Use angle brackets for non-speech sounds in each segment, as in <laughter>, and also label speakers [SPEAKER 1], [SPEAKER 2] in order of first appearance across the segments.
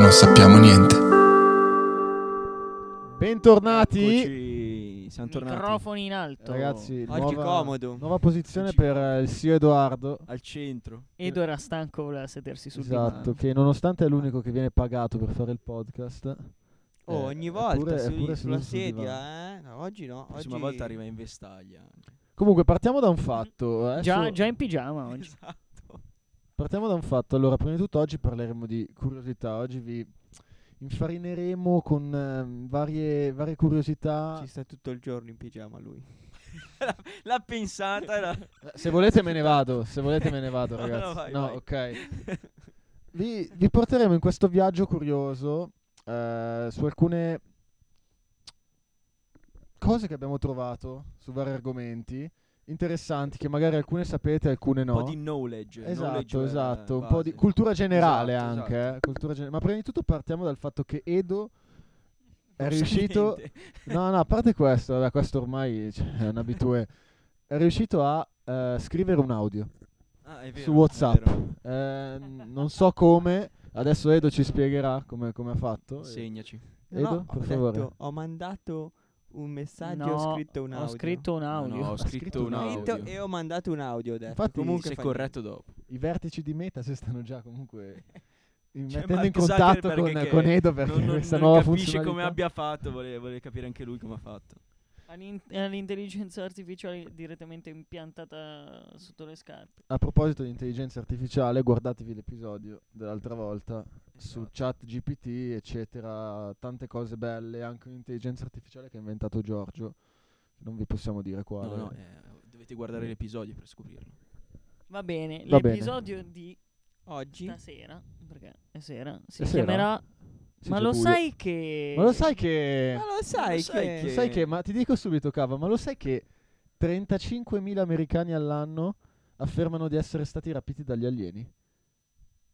[SPEAKER 1] non sappiamo niente.
[SPEAKER 2] Bentornati.
[SPEAKER 3] Eccoci, siamo tornati
[SPEAKER 4] Microfoni in alto.
[SPEAKER 2] Ragazzi,
[SPEAKER 3] Oggi
[SPEAKER 2] nuova,
[SPEAKER 3] comodo.
[SPEAKER 2] nuova posizione
[SPEAKER 3] Oggi-
[SPEAKER 2] per eh, il CEO Edoardo.
[SPEAKER 3] al centro.
[SPEAKER 4] Edo era stanco, voleva sedersi sul
[SPEAKER 2] Esatto,
[SPEAKER 4] divano.
[SPEAKER 2] che nonostante è l'unico che viene pagato per fare il podcast.
[SPEAKER 5] Oh,
[SPEAKER 2] eh,
[SPEAKER 5] ogni
[SPEAKER 2] è
[SPEAKER 5] volta
[SPEAKER 2] pure- è
[SPEAKER 5] sui-
[SPEAKER 2] pure
[SPEAKER 5] sulla
[SPEAKER 2] seduto sul divano.
[SPEAKER 5] sedia, eh? No, Oggi no.
[SPEAKER 3] La prossima
[SPEAKER 5] oggi...
[SPEAKER 3] volta arriva in vestaglia. anche.
[SPEAKER 2] Comunque partiamo da un
[SPEAKER 5] Mm.
[SPEAKER 2] fatto. adesso-
[SPEAKER 4] Già, già in pigiama oggi.
[SPEAKER 5] Esatto.
[SPEAKER 2] Partiamo da un fatto. Allora, prima di tutto oggi parleremo di curiosità. Oggi vi infarineremo con ehm, varie, varie curiosità.
[SPEAKER 5] Ci sta tutto il giorno in pigiama lui.
[SPEAKER 3] <laughs> L'ha pensata. era-
[SPEAKER 2] Eh, Se volete me ne vado, se volete me ne vado
[SPEAKER 3] <laughs> No, no,
[SPEAKER 2] ragazzi. No,
[SPEAKER 3] vai, vai.
[SPEAKER 2] ok.
[SPEAKER 3] <laughs>
[SPEAKER 2] Vi, vi porteremo in questo viaggio curioso eh, su alcune cose che abbiamo trovato, su vari argomenti interessanti che magari alcune sapete, alcune
[SPEAKER 3] Un
[SPEAKER 2] no.
[SPEAKER 3] po' di knowledge. knowledge,
[SPEAKER 2] Esatto,
[SPEAKER 3] eh,
[SPEAKER 2] esatto, un
[SPEAKER 3] base.
[SPEAKER 2] po' di cultura generale
[SPEAKER 3] Esatto,
[SPEAKER 2] anche.
[SPEAKER 3] esatto.
[SPEAKER 2] eh, cultura gen- Ma prima di tutto partiamo dal fatto che Edo è
[SPEAKER 3] Non so
[SPEAKER 2] riuscito...
[SPEAKER 3] niente.
[SPEAKER 2] No, no, a parte questo, vabbè, questo ormai cioè, è un abitué. È riuscito a eh, scrivere un audio
[SPEAKER 3] Ah, è vero,
[SPEAKER 2] su
[SPEAKER 3] è
[SPEAKER 2] WhatsApp.
[SPEAKER 3] vero.
[SPEAKER 2] Eh, n- non so come, adesso Edo ci spiegherà come, come ha fatto.
[SPEAKER 3] Segnaci.
[SPEAKER 5] No,
[SPEAKER 2] Edo,
[SPEAKER 5] no,
[SPEAKER 2] per
[SPEAKER 5] ho
[SPEAKER 2] favore.
[SPEAKER 5] detto, ho mandato un messaggio,
[SPEAKER 4] No,
[SPEAKER 5] ho scritto un audio.
[SPEAKER 4] Ho scritto un
[SPEAKER 3] No,
[SPEAKER 4] audio.
[SPEAKER 3] no, ho
[SPEAKER 2] scritto
[SPEAKER 3] scritto un
[SPEAKER 2] un
[SPEAKER 5] Ho scritto
[SPEAKER 3] audio.
[SPEAKER 5] e ho mandato un audio. ho detto.
[SPEAKER 2] Infatti,
[SPEAKER 5] comunque
[SPEAKER 3] se
[SPEAKER 5] fa
[SPEAKER 3] corretto dopo.
[SPEAKER 2] I vertici di Meta si stanno già comunque in-
[SPEAKER 3] <laughs> Cioè,
[SPEAKER 2] mettendo in
[SPEAKER 3] Mark
[SPEAKER 2] contatto
[SPEAKER 3] Zuckerberg
[SPEAKER 2] con,
[SPEAKER 3] che
[SPEAKER 2] con Edo perché
[SPEAKER 3] Non, non,
[SPEAKER 2] questa
[SPEAKER 3] non
[SPEAKER 2] nuova
[SPEAKER 3] capisce
[SPEAKER 2] funzionalità
[SPEAKER 3] come abbia fatto. Vuole, vuole capire anche lui come ha fatto.
[SPEAKER 4] All'in- all'intelligenza artificiale direttamente impiantata sotto le scarpe.
[SPEAKER 2] A proposito di intelligenza artificiale, guardatevi l'episodio dell'altra volta su
[SPEAKER 4] Esatto.
[SPEAKER 2] chat GPT, eccetera, tante cose belle, anche un'intelligenza artificiale che ha inventato Giorgio. Non vi possiamo dire
[SPEAKER 3] No,
[SPEAKER 2] quale.
[SPEAKER 3] no, eh, dovete
[SPEAKER 2] Mm.
[SPEAKER 3] guardare l'episodio per scoprirlo.
[SPEAKER 4] Va bene,
[SPEAKER 2] Va bene.
[SPEAKER 4] l'episodio di
[SPEAKER 5] Oggi
[SPEAKER 4] stasera, perché è sera, si
[SPEAKER 2] È sera?
[SPEAKER 4] chiamerà...
[SPEAKER 2] Sì,
[SPEAKER 4] Ma
[SPEAKER 2] c'è
[SPEAKER 4] lo
[SPEAKER 2] buio.
[SPEAKER 4] sai che...
[SPEAKER 2] Ma lo sai che
[SPEAKER 5] Ma lo sai,
[SPEAKER 3] sai
[SPEAKER 5] che...
[SPEAKER 2] Lo
[SPEAKER 3] che-
[SPEAKER 2] sai che, ma ti dico subito, Cava, ma lo sai che 35.000 americani all'anno affermano di essere stati rapiti dagli alieni?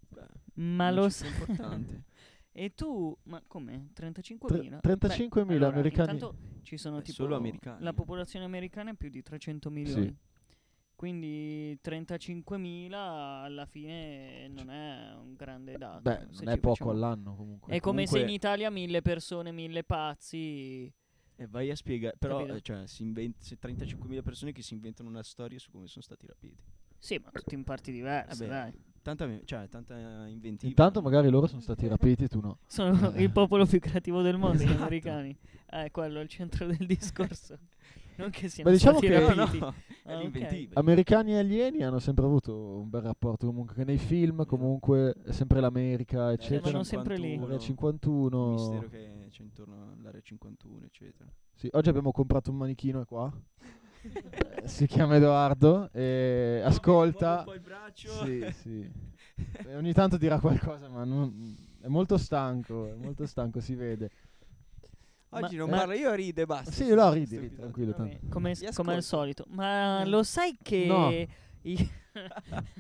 [SPEAKER 3] Beh,
[SPEAKER 4] Ma
[SPEAKER 3] una
[SPEAKER 4] lo
[SPEAKER 3] cifra
[SPEAKER 4] sai... <laughs>
[SPEAKER 3] importante.
[SPEAKER 4] E tu... Ma com'è? 35.000?
[SPEAKER 2] Tre-
[SPEAKER 4] Beh,
[SPEAKER 2] 35.000
[SPEAKER 4] allora,
[SPEAKER 2] americani.
[SPEAKER 4] Intanto ci sono
[SPEAKER 3] Eh,
[SPEAKER 4] tipo...
[SPEAKER 3] solo americani.
[SPEAKER 4] La popolazione americana è più di 300 milioni. Quindi 35.000 alla fine non è un grande dato.
[SPEAKER 2] Beh,
[SPEAKER 4] se
[SPEAKER 2] non è
[SPEAKER 4] ci
[SPEAKER 2] poco
[SPEAKER 4] facciamo-
[SPEAKER 2] all'anno comunque.
[SPEAKER 4] È come se in
[SPEAKER 3] Comunque-
[SPEAKER 4] Italia mille persone, mille pazzi.
[SPEAKER 3] E vai a spiegare, però
[SPEAKER 4] Capito?
[SPEAKER 3] eh, cioè, si invent- se 35.000 persone che si inventano una storia su come sono stati rapiti.
[SPEAKER 4] Sì, ma tutti in parti diverse,
[SPEAKER 3] Vabbè,
[SPEAKER 4] dai.
[SPEAKER 3] Tanta, me- cioè, tanta inventiva.
[SPEAKER 2] Intanto magari loro sono stati rapiti, tu no.
[SPEAKER 3] <laughs>
[SPEAKER 4] Sono il popolo più creativo del mondo, gli
[SPEAKER 3] Esatto.
[SPEAKER 4] americani. Eh, quello è il centro
[SPEAKER 3] <laughs>
[SPEAKER 4] del discorso. non che siano
[SPEAKER 2] Ma diciamo
[SPEAKER 4] stati
[SPEAKER 2] che-
[SPEAKER 3] <laughs> No,
[SPEAKER 4] rapiti.
[SPEAKER 3] no,
[SPEAKER 4] Ah,
[SPEAKER 3] è
[SPEAKER 4] ok.
[SPEAKER 3] l'inventiva.
[SPEAKER 2] Americani e alieni hanno sempre avuto un bel rapporto comunque, che nei film comunque è sempre l'America, eccetera.
[SPEAKER 4] Rimangono sempre lì.
[SPEAKER 2] L'area
[SPEAKER 3] Eh, Il
[SPEAKER 2] 51.
[SPEAKER 3] mistero che c'è intorno all'area 51, eccetera.
[SPEAKER 2] Sì, oggi abbiamo comprato un manichino è qua. Eh, si chiama Edoardo e ascolta.
[SPEAKER 3] il braccio.
[SPEAKER 2] Sì, sì. <laughs> E ogni tanto dirà qualcosa, ma non- è molto stanco, è molto stanco, si vede.
[SPEAKER 5] Oggi
[SPEAKER 4] Ma-
[SPEAKER 5] non
[SPEAKER 4] ma-
[SPEAKER 5] parlo, io rido e basta.
[SPEAKER 2] Sì, no, ridi,
[SPEAKER 5] Sto
[SPEAKER 2] ridi,
[SPEAKER 5] episodio.
[SPEAKER 2] tranquillo.
[SPEAKER 4] Vabbè,
[SPEAKER 2] Tanto.
[SPEAKER 4] come,
[SPEAKER 5] Li
[SPEAKER 4] come al
[SPEAKER 5] ascolto.
[SPEAKER 4] solito. Ma
[SPEAKER 3] Eh.
[SPEAKER 5] Mm.
[SPEAKER 4] lo sai che...
[SPEAKER 2] No.
[SPEAKER 4] i- <laughs>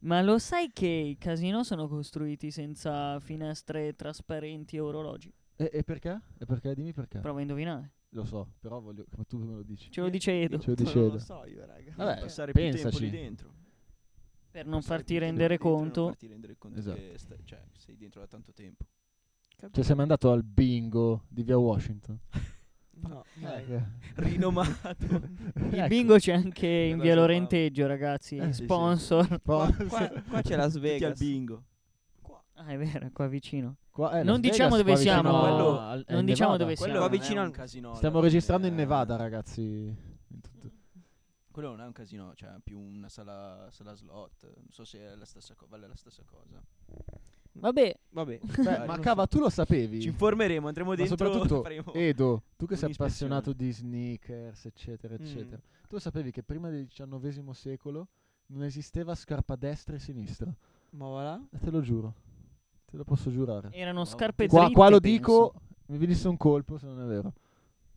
[SPEAKER 4] Ma lo sai che i casino sono costruiti senza finestre trasparenti e orologi?
[SPEAKER 2] E, e perché? E perché? Dimmi perché.
[SPEAKER 4] Prova a indovinare.
[SPEAKER 2] Lo so, però voglio che tu me lo dici. Cioè,
[SPEAKER 4] Ce lo dice Edo.
[SPEAKER 2] Ce lo dice
[SPEAKER 5] Cioè, Non lo
[SPEAKER 2] Edo.
[SPEAKER 5] so io, raga.
[SPEAKER 2] Vabbè,
[SPEAKER 3] passare più tempo
[SPEAKER 2] pensaci.
[SPEAKER 3] lì dentro.
[SPEAKER 4] Per non
[SPEAKER 3] Passare
[SPEAKER 4] farti
[SPEAKER 3] più tempo
[SPEAKER 4] rendere
[SPEAKER 3] lì dentro e
[SPEAKER 4] conto.
[SPEAKER 3] Non farti rendere conto
[SPEAKER 2] Esatto.
[SPEAKER 3] che sta- cioè, sei dentro da tanto
[SPEAKER 5] <laughs>
[SPEAKER 3] tempo.
[SPEAKER 2] Cioè, sei mai andato al bingo di via Washington? <laughs> Eh,
[SPEAKER 5] No, dai.
[SPEAKER 3] <laughs> Rinomato.
[SPEAKER 2] Ecco.
[SPEAKER 4] Il bingo c'è anche in
[SPEAKER 3] Guarda,
[SPEAKER 4] via
[SPEAKER 3] sono
[SPEAKER 4] Lorenteggio, ragazzi.
[SPEAKER 3] Eh, sì, sì.
[SPEAKER 2] <laughs>
[SPEAKER 3] <laughs>
[SPEAKER 4] Sponsor.
[SPEAKER 5] Qua, qua- qua c'è Las
[SPEAKER 3] Tutti al
[SPEAKER 5] Vegas.
[SPEAKER 3] bingo.
[SPEAKER 4] Ah, è vero, è qua vicino.
[SPEAKER 2] Qua- eh,
[SPEAKER 4] Non
[SPEAKER 2] Las
[SPEAKER 4] diciamo
[SPEAKER 2] Vegas,
[SPEAKER 4] dove
[SPEAKER 2] qua vicino
[SPEAKER 3] siamo, quello-
[SPEAKER 2] al- è in
[SPEAKER 4] non diciamo
[SPEAKER 2] Nevada.
[SPEAKER 4] dove
[SPEAKER 3] Quello
[SPEAKER 4] siamo.
[SPEAKER 5] Qua
[SPEAKER 3] non è
[SPEAKER 5] vicino
[SPEAKER 3] un
[SPEAKER 5] al-
[SPEAKER 3] casino.
[SPEAKER 2] Stiamo
[SPEAKER 3] alla fine,
[SPEAKER 2] registrando in
[SPEAKER 3] eh.
[SPEAKER 2] Nevada, ragazzi. In tutto-
[SPEAKER 3] Quello non è un casino, cioè più una sala, sala slot. Non so se è la stessa co- vale la stessa cosa.
[SPEAKER 4] Vabbè,
[SPEAKER 5] Vabbè,
[SPEAKER 2] Beh, ma cava, tu lo sapevi?
[SPEAKER 3] Ci informeremo, andremo
[SPEAKER 2] Ma
[SPEAKER 3] dentro.
[SPEAKER 2] soprattutto,
[SPEAKER 3] faremo-
[SPEAKER 2] Edo, tu che sei
[SPEAKER 3] un'ispezione.
[SPEAKER 2] appassionato di sneakers, eccetera,
[SPEAKER 5] Mm.
[SPEAKER 2] eccetera, tu sapevi che prima del XIX secolo non esisteva scarpa destra e sinistra?
[SPEAKER 5] ma voilà.
[SPEAKER 2] Eh, Te lo giuro, te lo posso giurare.
[SPEAKER 4] erano
[SPEAKER 3] Wow.
[SPEAKER 4] scarpe
[SPEAKER 2] Qua,
[SPEAKER 4] dritte,
[SPEAKER 2] qua lo
[SPEAKER 4] penso.
[SPEAKER 2] dico, mi venisse un colpo se non è vero.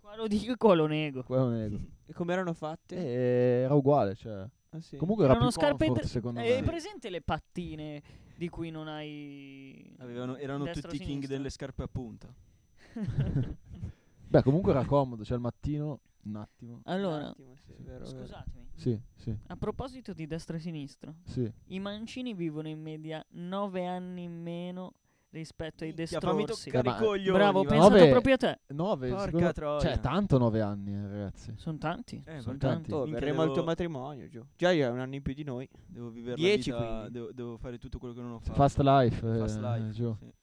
[SPEAKER 4] Qua lo dico e qua lo nego.
[SPEAKER 2] Qua non è vero.
[SPEAKER 5] E come erano fatte?
[SPEAKER 2] Eh, era uguale, cioè.
[SPEAKER 5] Ah, sì.
[SPEAKER 2] Comunque era
[SPEAKER 4] erano
[SPEAKER 2] più
[SPEAKER 4] scarpe eh,
[SPEAKER 2] comfort,
[SPEAKER 4] dr-
[SPEAKER 2] secondo
[SPEAKER 4] Hai
[SPEAKER 2] me.
[SPEAKER 4] presente le pattine di cui non hai...
[SPEAKER 3] Avevano- erano
[SPEAKER 4] destra o
[SPEAKER 3] tutti i king
[SPEAKER 4] sinistra?
[SPEAKER 3] delle scarpe a punta.
[SPEAKER 2] Beh, comunque era comodo, cioè al mattino un attimo.
[SPEAKER 4] Ah.
[SPEAKER 5] Un
[SPEAKER 3] Eh.
[SPEAKER 4] Allora,
[SPEAKER 5] attimo, sì, è vero, è vero.
[SPEAKER 4] scusatemi.
[SPEAKER 2] Sì, sì,
[SPEAKER 4] A proposito di destra e sinistra,
[SPEAKER 2] sì.
[SPEAKER 4] i mancini vivono in media 9 anni in meno rispetto ai
[SPEAKER 5] Minchia, fammi
[SPEAKER 4] destrorsi.
[SPEAKER 5] toccare
[SPEAKER 2] Eh,
[SPEAKER 5] i
[SPEAKER 2] ma-
[SPEAKER 5] coglioni.
[SPEAKER 4] Bravo,
[SPEAKER 5] va.
[SPEAKER 2] pensa-
[SPEAKER 4] pensato
[SPEAKER 2] Vabbè.
[SPEAKER 4] proprio a te.
[SPEAKER 2] 9,
[SPEAKER 5] Porca troia.
[SPEAKER 2] Cioè, tanto 9 anni, eh, ragazzi.
[SPEAKER 4] Sono tanti.
[SPEAKER 3] Cioè,
[SPEAKER 5] Eh,
[SPEAKER 2] Sono
[SPEAKER 5] vabbè.
[SPEAKER 2] tanti.
[SPEAKER 5] Oh,
[SPEAKER 3] Minchia,
[SPEAKER 5] verremo al tuo
[SPEAKER 3] devo-
[SPEAKER 5] matrimonio, Gio. Già hai un anno in più di noi.
[SPEAKER 3] Devo vivere
[SPEAKER 5] Dieci,
[SPEAKER 3] la vita,
[SPEAKER 5] quindi.
[SPEAKER 3] devo, devo fare tutto quello che non ho fatto.
[SPEAKER 2] Fast life. eh,
[SPEAKER 3] Fast life,
[SPEAKER 2] giù.
[SPEAKER 3] sì.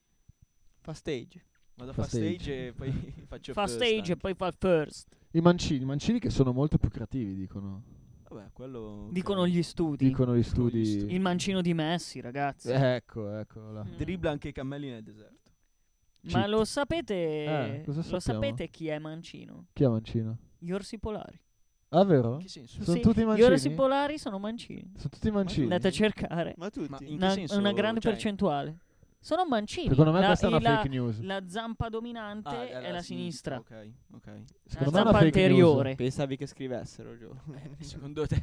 [SPEAKER 5] Fa stage.
[SPEAKER 3] Vado a
[SPEAKER 2] Fast
[SPEAKER 3] fast stage,
[SPEAKER 2] stage.
[SPEAKER 3] e poi <laughs> faccio
[SPEAKER 4] Fa
[SPEAKER 3] first
[SPEAKER 4] stage
[SPEAKER 3] anche.
[SPEAKER 4] e poi fa first.
[SPEAKER 2] I mancini, i mancini che sono molto più creativi, dicono.
[SPEAKER 3] Vabbè, quello
[SPEAKER 4] Dicono gli studi.
[SPEAKER 2] Dicono gli
[SPEAKER 3] Dicono gli
[SPEAKER 2] studi.
[SPEAKER 3] studi.
[SPEAKER 4] Il mancino di Messi, ragazzi.
[SPEAKER 2] Eh, ecco, eccolo là.
[SPEAKER 4] Mm.
[SPEAKER 3] dribbla anche i cammelli nel deserto.
[SPEAKER 4] Ma
[SPEAKER 2] cheat.
[SPEAKER 4] lo sapete,
[SPEAKER 2] Eh, cosa
[SPEAKER 4] lo
[SPEAKER 2] sappiamo?
[SPEAKER 4] sapete chi è mancino?
[SPEAKER 2] Chi è mancino?
[SPEAKER 4] Gli orsi polari.
[SPEAKER 2] Ah, vero?
[SPEAKER 3] Che senso?
[SPEAKER 2] Sono
[SPEAKER 4] Sì,
[SPEAKER 2] tutti
[SPEAKER 4] Gli orsi
[SPEAKER 2] mancini?
[SPEAKER 4] polari sono mancini.
[SPEAKER 2] Sono tutti mancini?
[SPEAKER 4] Andate a cercare.
[SPEAKER 5] Ma tutti.
[SPEAKER 3] Ma in che
[SPEAKER 4] Una,
[SPEAKER 3] senso?
[SPEAKER 4] una grande
[SPEAKER 3] Cioè,
[SPEAKER 4] percentuale. Sono mancini.
[SPEAKER 2] Secondo me
[SPEAKER 4] la,
[SPEAKER 2] questa è una
[SPEAKER 4] la-
[SPEAKER 2] fake news.
[SPEAKER 4] la zampa dominante
[SPEAKER 3] ah,
[SPEAKER 4] è, la sinistra.
[SPEAKER 3] Ok, ok.
[SPEAKER 2] Secondo me è
[SPEAKER 4] la
[SPEAKER 2] una
[SPEAKER 4] zampa
[SPEAKER 2] fake news.
[SPEAKER 4] anteriore.
[SPEAKER 5] Pensavi che scrivessero, Gio.
[SPEAKER 2] <laughs>
[SPEAKER 3] Eh, secondo te?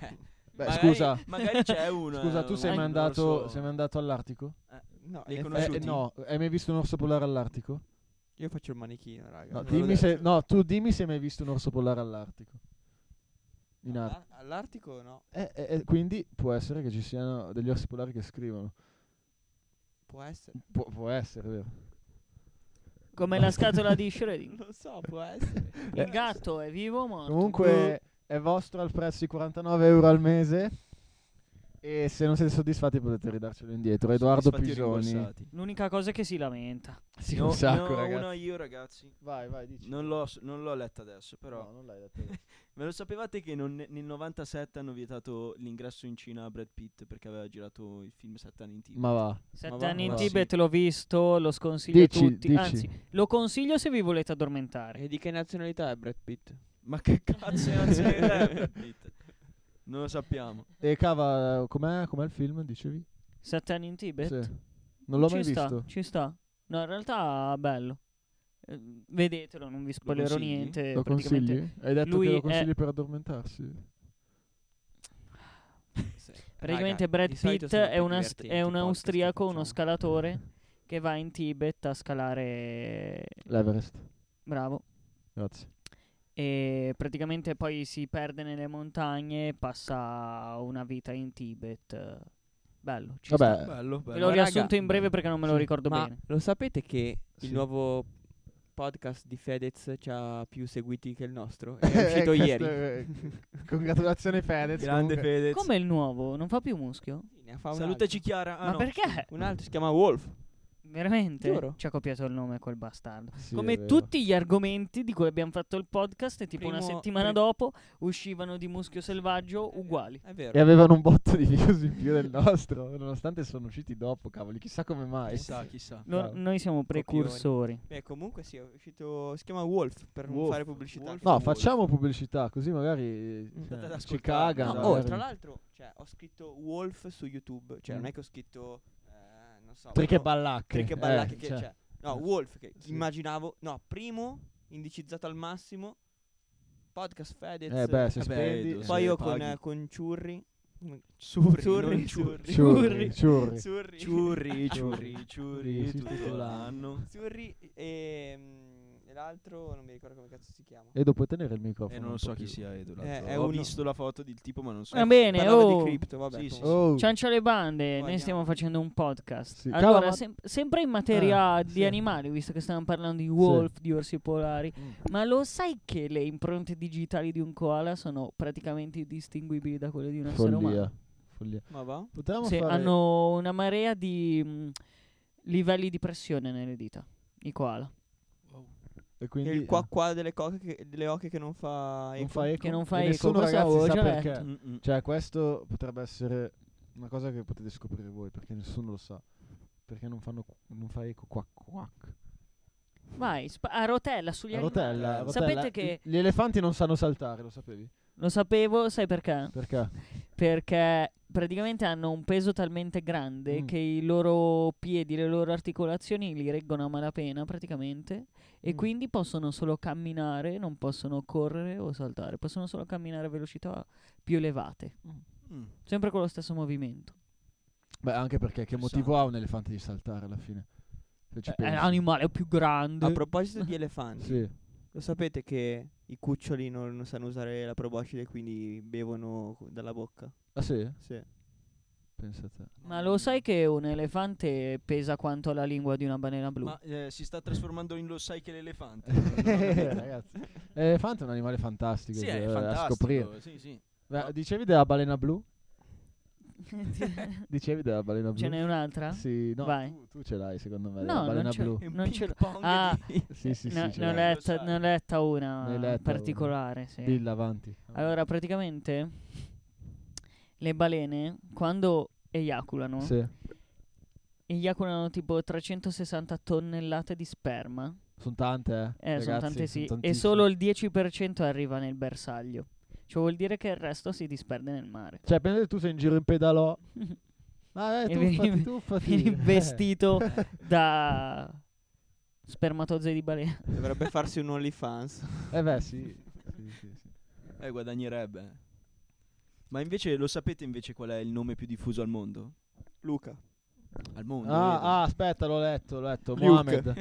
[SPEAKER 2] Beh,
[SPEAKER 3] Magari-
[SPEAKER 2] scusa.
[SPEAKER 3] Magari
[SPEAKER 2] <laughs>
[SPEAKER 3] c'è uno.
[SPEAKER 2] Scusa, tu sei
[SPEAKER 3] un
[SPEAKER 2] mai, andato,
[SPEAKER 3] orso-
[SPEAKER 2] sei mai andato all'Artico?
[SPEAKER 5] Eh, no,
[SPEAKER 3] Li
[SPEAKER 5] in
[SPEAKER 2] Eh,
[SPEAKER 3] conosciuti?
[SPEAKER 5] effetti-
[SPEAKER 2] no, hai mai visto un orso polare all'Artico?
[SPEAKER 5] Io faccio il manichino, raga.
[SPEAKER 2] No,
[SPEAKER 5] Ve l'ho
[SPEAKER 2] dimmi se,
[SPEAKER 5] detto.
[SPEAKER 2] no, tu dimmi se hai mai visto un orso polare all'Artico. In Ar-
[SPEAKER 5] Ah, All'Artico no.
[SPEAKER 2] eh, eh, eh, quindi può essere che ci siano degli orsi polari che scrivono.
[SPEAKER 5] Può essere. <laughs>
[SPEAKER 2] Può, può essere, vero?
[SPEAKER 3] <laughs>
[SPEAKER 4] Come la scatola di Schrödinger.
[SPEAKER 5] Non so, può essere.
[SPEAKER 4] Il gatto è vivo o morto?
[SPEAKER 2] Eh. Comunque è vostro al prezzo di 49 euro al mese. E se non siete soddisfatti potete ridarcelo indietro. Edoardo
[SPEAKER 3] Soddisfatti o
[SPEAKER 2] Pisoni.
[SPEAKER 3] rimborsati.
[SPEAKER 4] L'unica cosa è che si lamenta.
[SPEAKER 2] Sì,
[SPEAKER 3] Ne ho-
[SPEAKER 2] un sacco,
[SPEAKER 3] ne ho
[SPEAKER 2] ragazzi.
[SPEAKER 3] una io, ragazzi.
[SPEAKER 2] Vai, vai, dici.
[SPEAKER 3] Non l'ho, s- non l'ho letta adesso, però.
[SPEAKER 2] No, non l'hai detto. adesso.
[SPEAKER 3] Me lo sapevate che non- nel 97 hanno vietato l'ingresso in Cina a Brad Pitt perché aveva girato il film Sette anni in Tibet?
[SPEAKER 2] Ma va.
[SPEAKER 4] Sette
[SPEAKER 5] va-
[SPEAKER 4] anni in
[SPEAKER 3] ma
[SPEAKER 4] Tibet
[SPEAKER 3] sì.
[SPEAKER 4] l'ho visto, lo sconsiglio a
[SPEAKER 2] Dici,
[SPEAKER 4] tutti.
[SPEAKER 2] dici.
[SPEAKER 4] Anzi, lo consiglio se vi volete addormentare.
[SPEAKER 5] E di che nazionalità è Brad Pitt?
[SPEAKER 3] Ma che
[SPEAKER 2] <laughs>
[SPEAKER 3] cazzo è nazionalità è Brad Pitt? Non lo sappiamo.
[SPEAKER 2] E cava, com'è, com'è il film, dicevi?
[SPEAKER 4] Sette anni in Tibet?
[SPEAKER 2] Sì. Non l'ho
[SPEAKER 4] ci
[SPEAKER 2] mai
[SPEAKER 4] sta,
[SPEAKER 2] visto.
[SPEAKER 4] Ci sta. No, in realtà è bello. Eh, Vedetelo, non vi spoilerò
[SPEAKER 3] consigli?
[SPEAKER 4] niente.
[SPEAKER 2] Lo
[SPEAKER 4] Eh, praticamente.
[SPEAKER 2] consigli? Hai detto
[SPEAKER 4] lui
[SPEAKER 2] che
[SPEAKER 4] è-
[SPEAKER 2] lo consigli per addormentarsi?
[SPEAKER 4] Praticamente
[SPEAKER 2] Ah,
[SPEAKER 4] Brad Pitt è, una- è un austriaco,
[SPEAKER 2] diciamo.
[SPEAKER 4] uno scalatore che va in Tibet a scalare.
[SPEAKER 2] L'Everest.
[SPEAKER 4] Bravo.
[SPEAKER 2] Grazie.
[SPEAKER 4] E praticamente poi si perde nelle montagne e passa una vita in Tibet. eh, Bello. Ci
[SPEAKER 2] Vabbè,
[SPEAKER 4] sta.
[SPEAKER 3] Bello,
[SPEAKER 4] Ve l'ho
[SPEAKER 5] raga,
[SPEAKER 4] riassunto in breve perché non me lo
[SPEAKER 2] sì,
[SPEAKER 4] ricordo
[SPEAKER 5] Ma
[SPEAKER 4] bene.
[SPEAKER 5] lo sapete che
[SPEAKER 2] Sì.
[SPEAKER 5] il nuovo podcast di Fedez ci ha più seguiti che il
[SPEAKER 2] <laughs>
[SPEAKER 5] nostro? È
[SPEAKER 2] Eh,
[SPEAKER 5] uscito ieri.
[SPEAKER 2] Congratulazioni Fedez.
[SPEAKER 3] Grande
[SPEAKER 2] comunque.
[SPEAKER 3] Fedez.
[SPEAKER 4] Come il nuovo? Non fa più muschio?
[SPEAKER 5] Ne fa un
[SPEAKER 3] Salutaci
[SPEAKER 5] altro.
[SPEAKER 3] Chiara. Ah,
[SPEAKER 4] Ma
[SPEAKER 3] no.
[SPEAKER 4] perché?
[SPEAKER 5] Un altro si chiama Wolf.
[SPEAKER 4] Veramente?
[SPEAKER 5] Giuro.
[SPEAKER 4] Ci ha copiato il nome quel bastardo.
[SPEAKER 2] Sì, è
[SPEAKER 4] Come
[SPEAKER 2] vero.
[SPEAKER 4] tutti gli argomenti di cui abbiamo fatto il podcast, e tipo una
[SPEAKER 5] Primo-
[SPEAKER 4] settimana
[SPEAKER 5] pri-
[SPEAKER 4] dopo uscivano di muschio selvaggio uguali.
[SPEAKER 5] È
[SPEAKER 2] E
[SPEAKER 5] vero.
[SPEAKER 2] avevano un botto di views in più del nostro, nonostante sono usciti dopo, cavoli, chissà come mai.
[SPEAKER 3] Ah, Chissà, chissà.
[SPEAKER 4] No-
[SPEAKER 2] Bravo.
[SPEAKER 4] noi siamo
[SPEAKER 5] Copioni.
[SPEAKER 4] precursori.
[SPEAKER 5] Beh, Eh, comunque sì, è uscito. Si chiama Wolf per non
[SPEAKER 2] Wolf,
[SPEAKER 5] fare pubblicità.
[SPEAKER 3] Wolf.
[SPEAKER 2] No, facciamo pubblicità, così magari
[SPEAKER 5] Mm.
[SPEAKER 2] cioè,
[SPEAKER 3] Andate ad
[SPEAKER 2] ci
[SPEAKER 3] ascoltare.
[SPEAKER 5] No,
[SPEAKER 2] cagano.
[SPEAKER 3] Gabbana.
[SPEAKER 5] oh,
[SPEAKER 2] magari.
[SPEAKER 5] tra l'altro, cioè, ho scritto Wolf su YouTube. Cioè,
[SPEAKER 2] Mm.
[SPEAKER 5] non è che ho scritto. eh, non so.
[SPEAKER 2] Triche
[SPEAKER 5] volevo-
[SPEAKER 2] ballacche.
[SPEAKER 5] Perché balla
[SPEAKER 2] eh,
[SPEAKER 5] che
[SPEAKER 2] cioè,
[SPEAKER 5] c'è. No,
[SPEAKER 2] eh,
[SPEAKER 5] Wolf che
[SPEAKER 2] sì.
[SPEAKER 5] immaginavo. No, primo indicizzato al massimo. Podcast Fedez.
[SPEAKER 2] Eh beh, se
[SPEAKER 3] Vabbè,
[SPEAKER 2] spendi...
[SPEAKER 3] Edo,
[SPEAKER 2] eh,
[SPEAKER 5] Poi
[SPEAKER 3] se
[SPEAKER 5] io con,
[SPEAKER 3] paghi.
[SPEAKER 5] eh, con Ciurri.
[SPEAKER 3] Ciurri,
[SPEAKER 5] Ciurri,
[SPEAKER 3] non
[SPEAKER 5] Ciurri.
[SPEAKER 2] Ciurri, ciurri.
[SPEAKER 5] Ciurri.
[SPEAKER 3] <laughs> Ciurri,
[SPEAKER 2] Ciurri.
[SPEAKER 3] ciurri, ciurri,
[SPEAKER 2] Sì, sì, sì.
[SPEAKER 3] tutto l'anno.
[SPEAKER 5] Ciurri e, mm, e l'altro non mi ricordo come cazzo si chiama.
[SPEAKER 2] Edo, puoi tenere il microfono?
[SPEAKER 3] E non lo
[SPEAKER 2] un
[SPEAKER 3] so
[SPEAKER 2] po'
[SPEAKER 3] chi
[SPEAKER 2] più?
[SPEAKER 3] sia Edo.
[SPEAKER 5] Eh,
[SPEAKER 3] l'altro. Oh.
[SPEAKER 5] è
[SPEAKER 3] Ho
[SPEAKER 5] uno.
[SPEAKER 3] visto la foto del tipo, ma non so.
[SPEAKER 4] Va bene,
[SPEAKER 5] Parlava
[SPEAKER 4] oh.
[SPEAKER 5] di cripto, vabbè.
[SPEAKER 3] Sì, sì,
[SPEAKER 5] comunque.
[SPEAKER 2] Oh,
[SPEAKER 4] Ciancia le bande,
[SPEAKER 5] Vogliamo.
[SPEAKER 4] noi stiamo facendo un podcast.
[SPEAKER 2] Sì.
[SPEAKER 4] Allora,
[SPEAKER 2] Cavolo, ma-
[SPEAKER 4] sem- sempre in materia
[SPEAKER 2] Ah,
[SPEAKER 4] di
[SPEAKER 2] sì.
[SPEAKER 4] animali, visto che stiamo parlando di wolf, di orsi polari,
[SPEAKER 2] Mm.
[SPEAKER 4] ma lo sai che le impronte digitali di un koala sono praticamente indistinguibili da quelle di un essere umano?
[SPEAKER 2] Follia. Follia.
[SPEAKER 5] Ma va?
[SPEAKER 2] Potevamo
[SPEAKER 4] Sì,
[SPEAKER 2] fare...
[SPEAKER 4] hanno una marea di mm, livelli di pressione nelle dita. I koala.
[SPEAKER 2] E quindi...
[SPEAKER 5] il qua qua delle, coche che, delle oche che non fa.
[SPEAKER 2] Non
[SPEAKER 5] eco.
[SPEAKER 2] fa eco.
[SPEAKER 4] Che non fa
[SPEAKER 2] e
[SPEAKER 4] eco,
[SPEAKER 2] Nessuno
[SPEAKER 4] questo
[SPEAKER 2] ragazzi
[SPEAKER 4] l'avevo
[SPEAKER 2] sa
[SPEAKER 4] già
[SPEAKER 2] perché.
[SPEAKER 4] letto.
[SPEAKER 3] Mm, mm.
[SPEAKER 2] Cioè, questo potrebbe essere una cosa che potete scoprire voi, perché nessuno lo sa. Perché non, fanno, non fa eco quack quack.
[SPEAKER 4] Vai, spa- a rotella sugli
[SPEAKER 2] La
[SPEAKER 4] animali.
[SPEAKER 2] rotella, la rotella.
[SPEAKER 4] Sapete che-
[SPEAKER 2] Gli elefanti non sanno saltare, lo sapevi?
[SPEAKER 4] Lo sapevo, sai perché?
[SPEAKER 2] Perché?
[SPEAKER 4] Perché praticamente hanno un peso talmente grande
[SPEAKER 2] Mm.
[SPEAKER 4] che i loro piedi, le loro articolazioni li reggono a malapena praticamente e
[SPEAKER 2] Mm.
[SPEAKER 4] quindi possono solo camminare, non possono correre o saltare, possono solo camminare a velocità più elevate,
[SPEAKER 3] Mm.
[SPEAKER 4] sempre con lo stesso movimento.
[SPEAKER 2] Beh, anche perché che
[SPEAKER 3] Interessante.
[SPEAKER 2] motivo ha un elefante di saltare alla fine? Se ci
[SPEAKER 4] Eh, È
[SPEAKER 2] pensi.
[SPEAKER 4] l'animale più grande.
[SPEAKER 5] A proposito di elefanti,
[SPEAKER 2] Sì.
[SPEAKER 5] lo sapete che i cuccioli non, non sanno usare la proboscide e quindi bevono co- dalla bocca?
[SPEAKER 2] Ah sì?
[SPEAKER 5] Sì.
[SPEAKER 2] Pensa a te.
[SPEAKER 4] Ma lo sai che un elefante pesa quanto la lingua di una banana blu?
[SPEAKER 3] Ma eh, si sta trasformando in lo sai che l'elefante.
[SPEAKER 2] Ragazzi, l'elefante Eh, è un animale fantastico,
[SPEAKER 3] sì,
[SPEAKER 2] cioè,
[SPEAKER 3] è
[SPEAKER 2] da scoprire.
[SPEAKER 3] fantastico. Sì, sì.
[SPEAKER 2] Beh, dicevi della balena blu? Dicevi della balena blu?
[SPEAKER 4] <laughs> Ce n'è un'altra?
[SPEAKER 2] Sì, no,
[SPEAKER 4] Vai.
[SPEAKER 2] tu, tu ce l'hai secondo me,
[SPEAKER 4] No,
[SPEAKER 2] la
[SPEAKER 4] non
[SPEAKER 2] balena
[SPEAKER 4] ce l'ho.
[SPEAKER 2] blu.
[SPEAKER 3] È un
[SPEAKER 4] Non ce l'ho.
[SPEAKER 3] ping pong
[SPEAKER 4] Ah.
[SPEAKER 3] di-
[SPEAKER 2] <laughs>
[SPEAKER 3] <laughs>
[SPEAKER 2] Sì, sì, sì,
[SPEAKER 4] No, ne, ho
[SPEAKER 2] ce l'hai.
[SPEAKER 4] letta, ne ho letta una
[SPEAKER 2] Ne hai letta
[SPEAKER 4] particolare. sì.
[SPEAKER 2] Dilla avanti.
[SPEAKER 4] Allora, praticamente le balene quando eiaculano,
[SPEAKER 2] Sì.
[SPEAKER 4] eiaculano tipo 360 tonnellate di sperma.
[SPEAKER 2] Sono tante, eh.
[SPEAKER 4] Eh, sono
[SPEAKER 2] ragazzi,
[SPEAKER 4] tante sì.
[SPEAKER 2] son
[SPEAKER 4] e solo
[SPEAKER 2] tantissime.
[SPEAKER 4] il 10% arriva nel bersaglio. Cioè vuol dire che il resto si disperde nel mare.
[SPEAKER 2] Cioè, pensa che tu sei in giro in
[SPEAKER 4] <laughs>
[SPEAKER 2] pedalò. Ma eh,
[SPEAKER 4] E
[SPEAKER 2] tuffati,
[SPEAKER 4] vieni-
[SPEAKER 2] tuffati.
[SPEAKER 4] Vieni
[SPEAKER 2] Eh. <laughs>
[SPEAKER 4] <laughs> vestito da spermatozoi di balena.
[SPEAKER 5] Dovrebbe farsi un OnlyFans. <laughs>
[SPEAKER 2] Eh beh, sì.
[SPEAKER 4] <laughs>
[SPEAKER 2] sì, sì, sì.
[SPEAKER 3] Eh, guadagnerebbe. Ma invece lo sapete invece qual è il nome più diffuso al mondo?
[SPEAKER 5] Luca.
[SPEAKER 3] Al mondo.
[SPEAKER 2] Ah,
[SPEAKER 3] vedo.
[SPEAKER 2] ah, aspetta, l'ho letto, l'ho letto.
[SPEAKER 5] Luke.
[SPEAKER 2] Mohamed.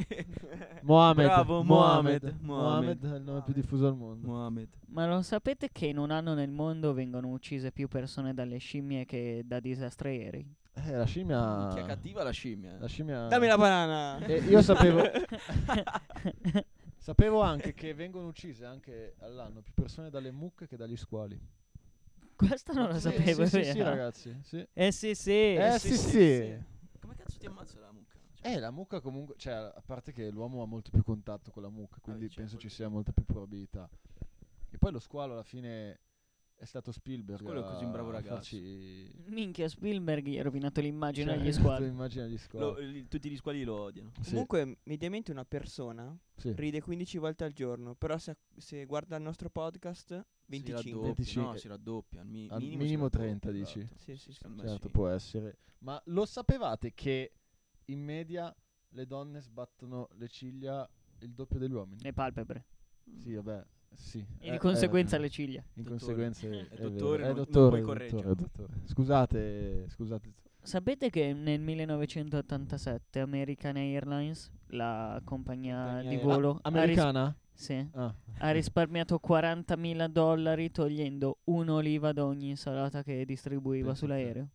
[SPEAKER 2] Mohamed.
[SPEAKER 3] Bravo,
[SPEAKER 2] Mohamed.
[SPEAKER 3] Mohamed,
[SPEAKER 2] Mohamed è il nome più
[SPEAKER 5] Mohamed.
[SPEAKER 2] diffuso al mondo.
[SPEAKER 3] Mohamed.
[SPEAKER 4] Ma lo sapete che in un anno nel mondo vengono uccise più persone dalle scimmie che da disastri aerei?
[SPEAKER 2] Eh, la scimmia...
[SPEAKER 3] Chi è cattiva la scimmia. eh.
[SPEAKER 2] La scimmia...
[SPEAKER 5] <laughs> Dammi la banana.
[SPEAKER 2] Eh, io
[SPEAKER 4] <laughs>
[SPEAKER 2] sapevo... sapevo anche che vengono uccise anche all'anno più persone dalle mucche che dagli squali.
[SPEAKER 4] Questa non la
[SPEAKER 2] Sì,
[SPEAKER 4] sapevo,
[SPEAKER 2] sì,
[SPEAKER 4] è
[SPEAKER 2] sì,
[SPEAKER 4] vero?
[SPEAKER 2] sì, ragazzi. Sì.
[SPEAKER 4] Eh sì, sì.
[SPEAKER 2] Eh sì, sì.
[SPEAKER 3] Come cazzo ti ammazza la mucca? Cioè,
[SPEAKER 2] Eh, la mucca comunque, cioè, a parte che l'uomo ha molto più contatto con la mucca, quindi
[SPEAKER 3] cioè,
[SPEAKER 4] certo,
[SPEAKER 2] penso ci
[SPEAKER 3] voglio
[SPEAKER 2] sia molta più probabilità. E poi lo squalo alla fine è stato Spielberg.
[SPEAKER 3] Squalo è così un bravo
[SPEAKER 2] a
[SPEAKER 3] ragazzo.
[SPEAKER 2] farci-
[SPEAKER 4] Minchia Spielberg gli ha rovinato l'immagine
[SPEAKER 2] cioè, <laughs>
[SPEAKER 4] agli squali.
[SPEAKER 2] Immagina gli
[SPEAKER 3] lo-
[SPEAKER 2] squali.
[SPEAKER 3] il- tutti gli squali lo odiano.
[SPEAKER 2] Sì,
[SPEAKER 5] Comunque, mediamente una persona
[SPEAKER 2] sì.
[SPEAKER 5] ride 15 volte al giorno, però se, se guarda il nostro podcast, 25.
[SPEAKER 3] Si raddoppia,
[SPEAKER 2] 25.
[SPEAKER 3] no, si raddoppia. Al, mi-
[SPEAKER 2] Al
[SPEAKER 3] minimo, si
[SPEAKER 2] minimo
[SPEAKER 3] raddoppia,
[SPEAKER 2] 30,
[SPEAKER 3] esatto.
[SPEAKER 2] dici?
[SPEAKER 5] Sì, sì, sì.
[SPEAKER 3] Secondo me
[SPEAKER 2] Certo,
[SPEAKER 3] sì.
[SPEAKER 2] può essere. Ma lo sapevate che in media le donne sbattono le ciglia il doppio degli uomini?
[SPEAKER 4] Le palpebre.
[SPEAKER 3] Mm.
[SPEAKER 2] Sì, vabbè, sì.
[SPEAKER 4] Eh, E di conseguenza
[SPEAKER 2] le
[SPEAKER 4] le ciglia.
[SPEAKER 2] In
[SPEAKER 3] Dottore.
[SPEAKER 4] <laughs>
[SPEAKER 2] conseguenza
[SPEAKER 3] È
[SPEAKER 2] è, vero.
[SPEAKER 3] dottore,
[SPEAKER 2] È
[SPEAKER 3] non- non
[SPEAKER 2] dottore,
[SPEAKER 3] puoi
[SPEAKER 2] dottore,
[SPEAKER 3] correggerlo.
[SPEAKER 2] dottore. Scusate, scusate.
[SPEAKER 4] Sapete che nel 1987 American Airlines, la compagnia
[SPEAKER 5] Compagnia
[SPEAKER 4] Ah, di
[SPEAKER 5] aerea.
[SPEAKER 2] ah,
[SPEAKER 4] volo, ha, ris-
[SPEAKER 2] Americana?
[SPEAKER 4] sì,
[SPEAKER 2] Ah.
[SPEAKER 4] ha risparmiato 40.000 dollari togliendo un'oliva da ogni insalata che
[SPEAKER 2] Pensa
[SPEAKER 4] distribuiva
[SPEAKER 2] a te.
[SPEAKER 4] sull'aereo.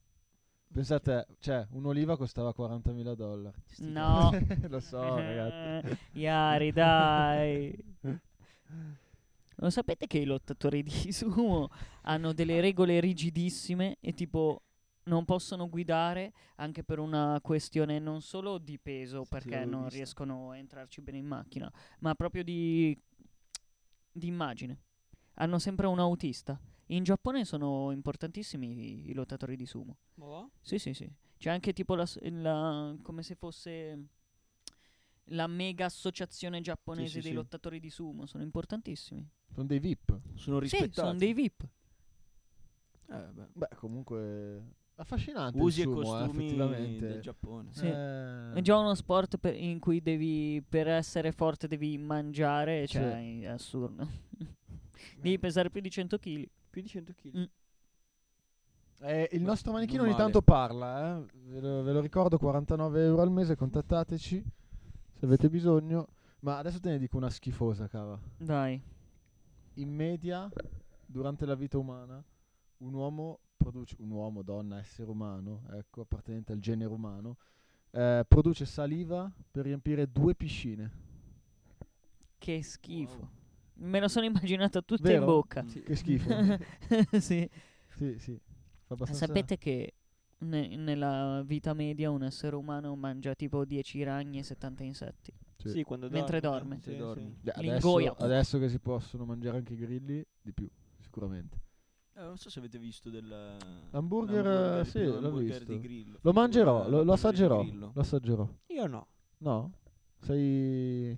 [SPEAKER 2] Pensate, cioè, un'oliva costava 40.000 dollari. <laughs> Eh,
[SPEAKER 4] No.
[SPEAKER 2] Lo so,
[SPEAKER 4] Eh.
[SPEAKER 2] ragazzi.
[SPEAKER 4] <laughs> Iari, dai. Lo sapete che i lottatori di sumo hanno delle regole rigidissime e tipo non possono guidare anche per una questione non solo di
[SPEAKER 3] Sì,
[SPEAKER 4] peso
[SPEAKER 3] sì,
[SPEAKER 4] perché
[SPEAKER 3] l'avevo
[SPEAKER 4] non
[SPEAKER 3] vista.
[SPEAKER 4] riescono a entrarci bene in macchina, ma proprio di, di immagine. Hanno sempre un autista. In Giappone sono importantissimi i- i lottatori di sumo.
[SPEAKER 5] Ma va?
[SPEAKER 4] Sì, sì, sì. C'è anche tipo la, s- la- come se fosse la mega associazione giapponese
[SPEAKER 2] sì,
[SPEAKER 4] dei
[SPEAKER 2] sì.
[SPEAKER 4] lottatori di sumo, sono importantissimi.
[SPEAKER 2] Sono dei VIP.
[SPEAKER 3] Sono rispettati.
[SPEAKER 4] Sì, sono dei VIP.
[SPEAKER 3] Eh, beh.
[SPEAKER 2] Bbeh, comunque affascinante il
[SPEAKER 3] Usi e
[SPEAKER 2] sumo, eh,
[SPEAKER 3] costumi
[SPEAKER 2] effettivamente.
[SPEAKER 3] del Giappone.
[SPEAKER 4] Sì.
[SPEAKER 2] Eh,
[SPEAKER 4] È già uno sport per- in cui devi per essere forte devi mangiare, cioè è assurdo. devi pesare più di 100 kg.
[SPEAKER 5] Più di 100 kg.
[SPEAKER 4] Mm.
[SPEAKER 2] eh, il nostro manichino
[SPEAKER 3] non
[SPEAKER 2] ogni
[SPEAKER 3] male.
[SPEAKER 2] tanto parla, eh. Ve lo, ve lo ricordo, 49 euro al mese, contattateci se avete bisogno. Ma adesso te ne dico una schifosa, cava.
[SPEAKER 4] Dai.
[SPEAKER 2] in media durante la vita umana un uomo produce un uomo, donna, essere umano, ecco, appartenente al genere umano, eh, produce saliva per riempire due piscine.
[SPEAKER 4] Che schifo. Me la sono immaginata tutta
[SPEAKER 2] Vero?
[SPEAKER 4] in bocca.
[SPEAKER 3] Sì.
[SPEAKER 2] Che
[SPEAKER 3] <laughs>
[SPEAKER 2] schifo.
[SPEAKER 4] sì.
[SPEAKER 2] <laughs> sì, sì. Fa abbastanza-
[SPEAKER 4] Sapete che ne- nella vita media un essere umano mangia tipo 10 ragni e 70 insetti.
[SPEAKER 2] Sì.
[SPEAKER 5] Sì, quando dormi.
[SPEAKER 4] Mentre dorme.
[SPEAKER 5] Sì,
[SPEAKER 3] Se dormi.
[SPEAKER 5] sì.
[SPEAKER 2] Beh,
[SPEAKER 4] l'ingoia.
[SPEAKER 2] adesso, adesso che si possono mangiare anche i grilli, di più, sicuramente.
[SPEAKER 3] Eh, non so se avete visto del
[SPEAKER 2] Hamburger,
[SPEAKER 3] l'hamburger-
[SPEAKER 2] sì,
[SPEAKER 3] no,
[SPEAKER 2] l'ho
[SPEAKER 3] l'hamburger
[SPEAKER 2] visto.
[SPEAKER 3] di grillo.
[SPEAKER 2] Lo mangerò, lo, lo
[SPEAKER 3] Eh, l'hamburger di
[SPEAKER 2] assaggerò,
[SPEAKER 3] grillo.
[SPEAKER 2] lo assaggerò.
[SPEAKER 5] Io no.
[SPEAKER 2] No? Sei...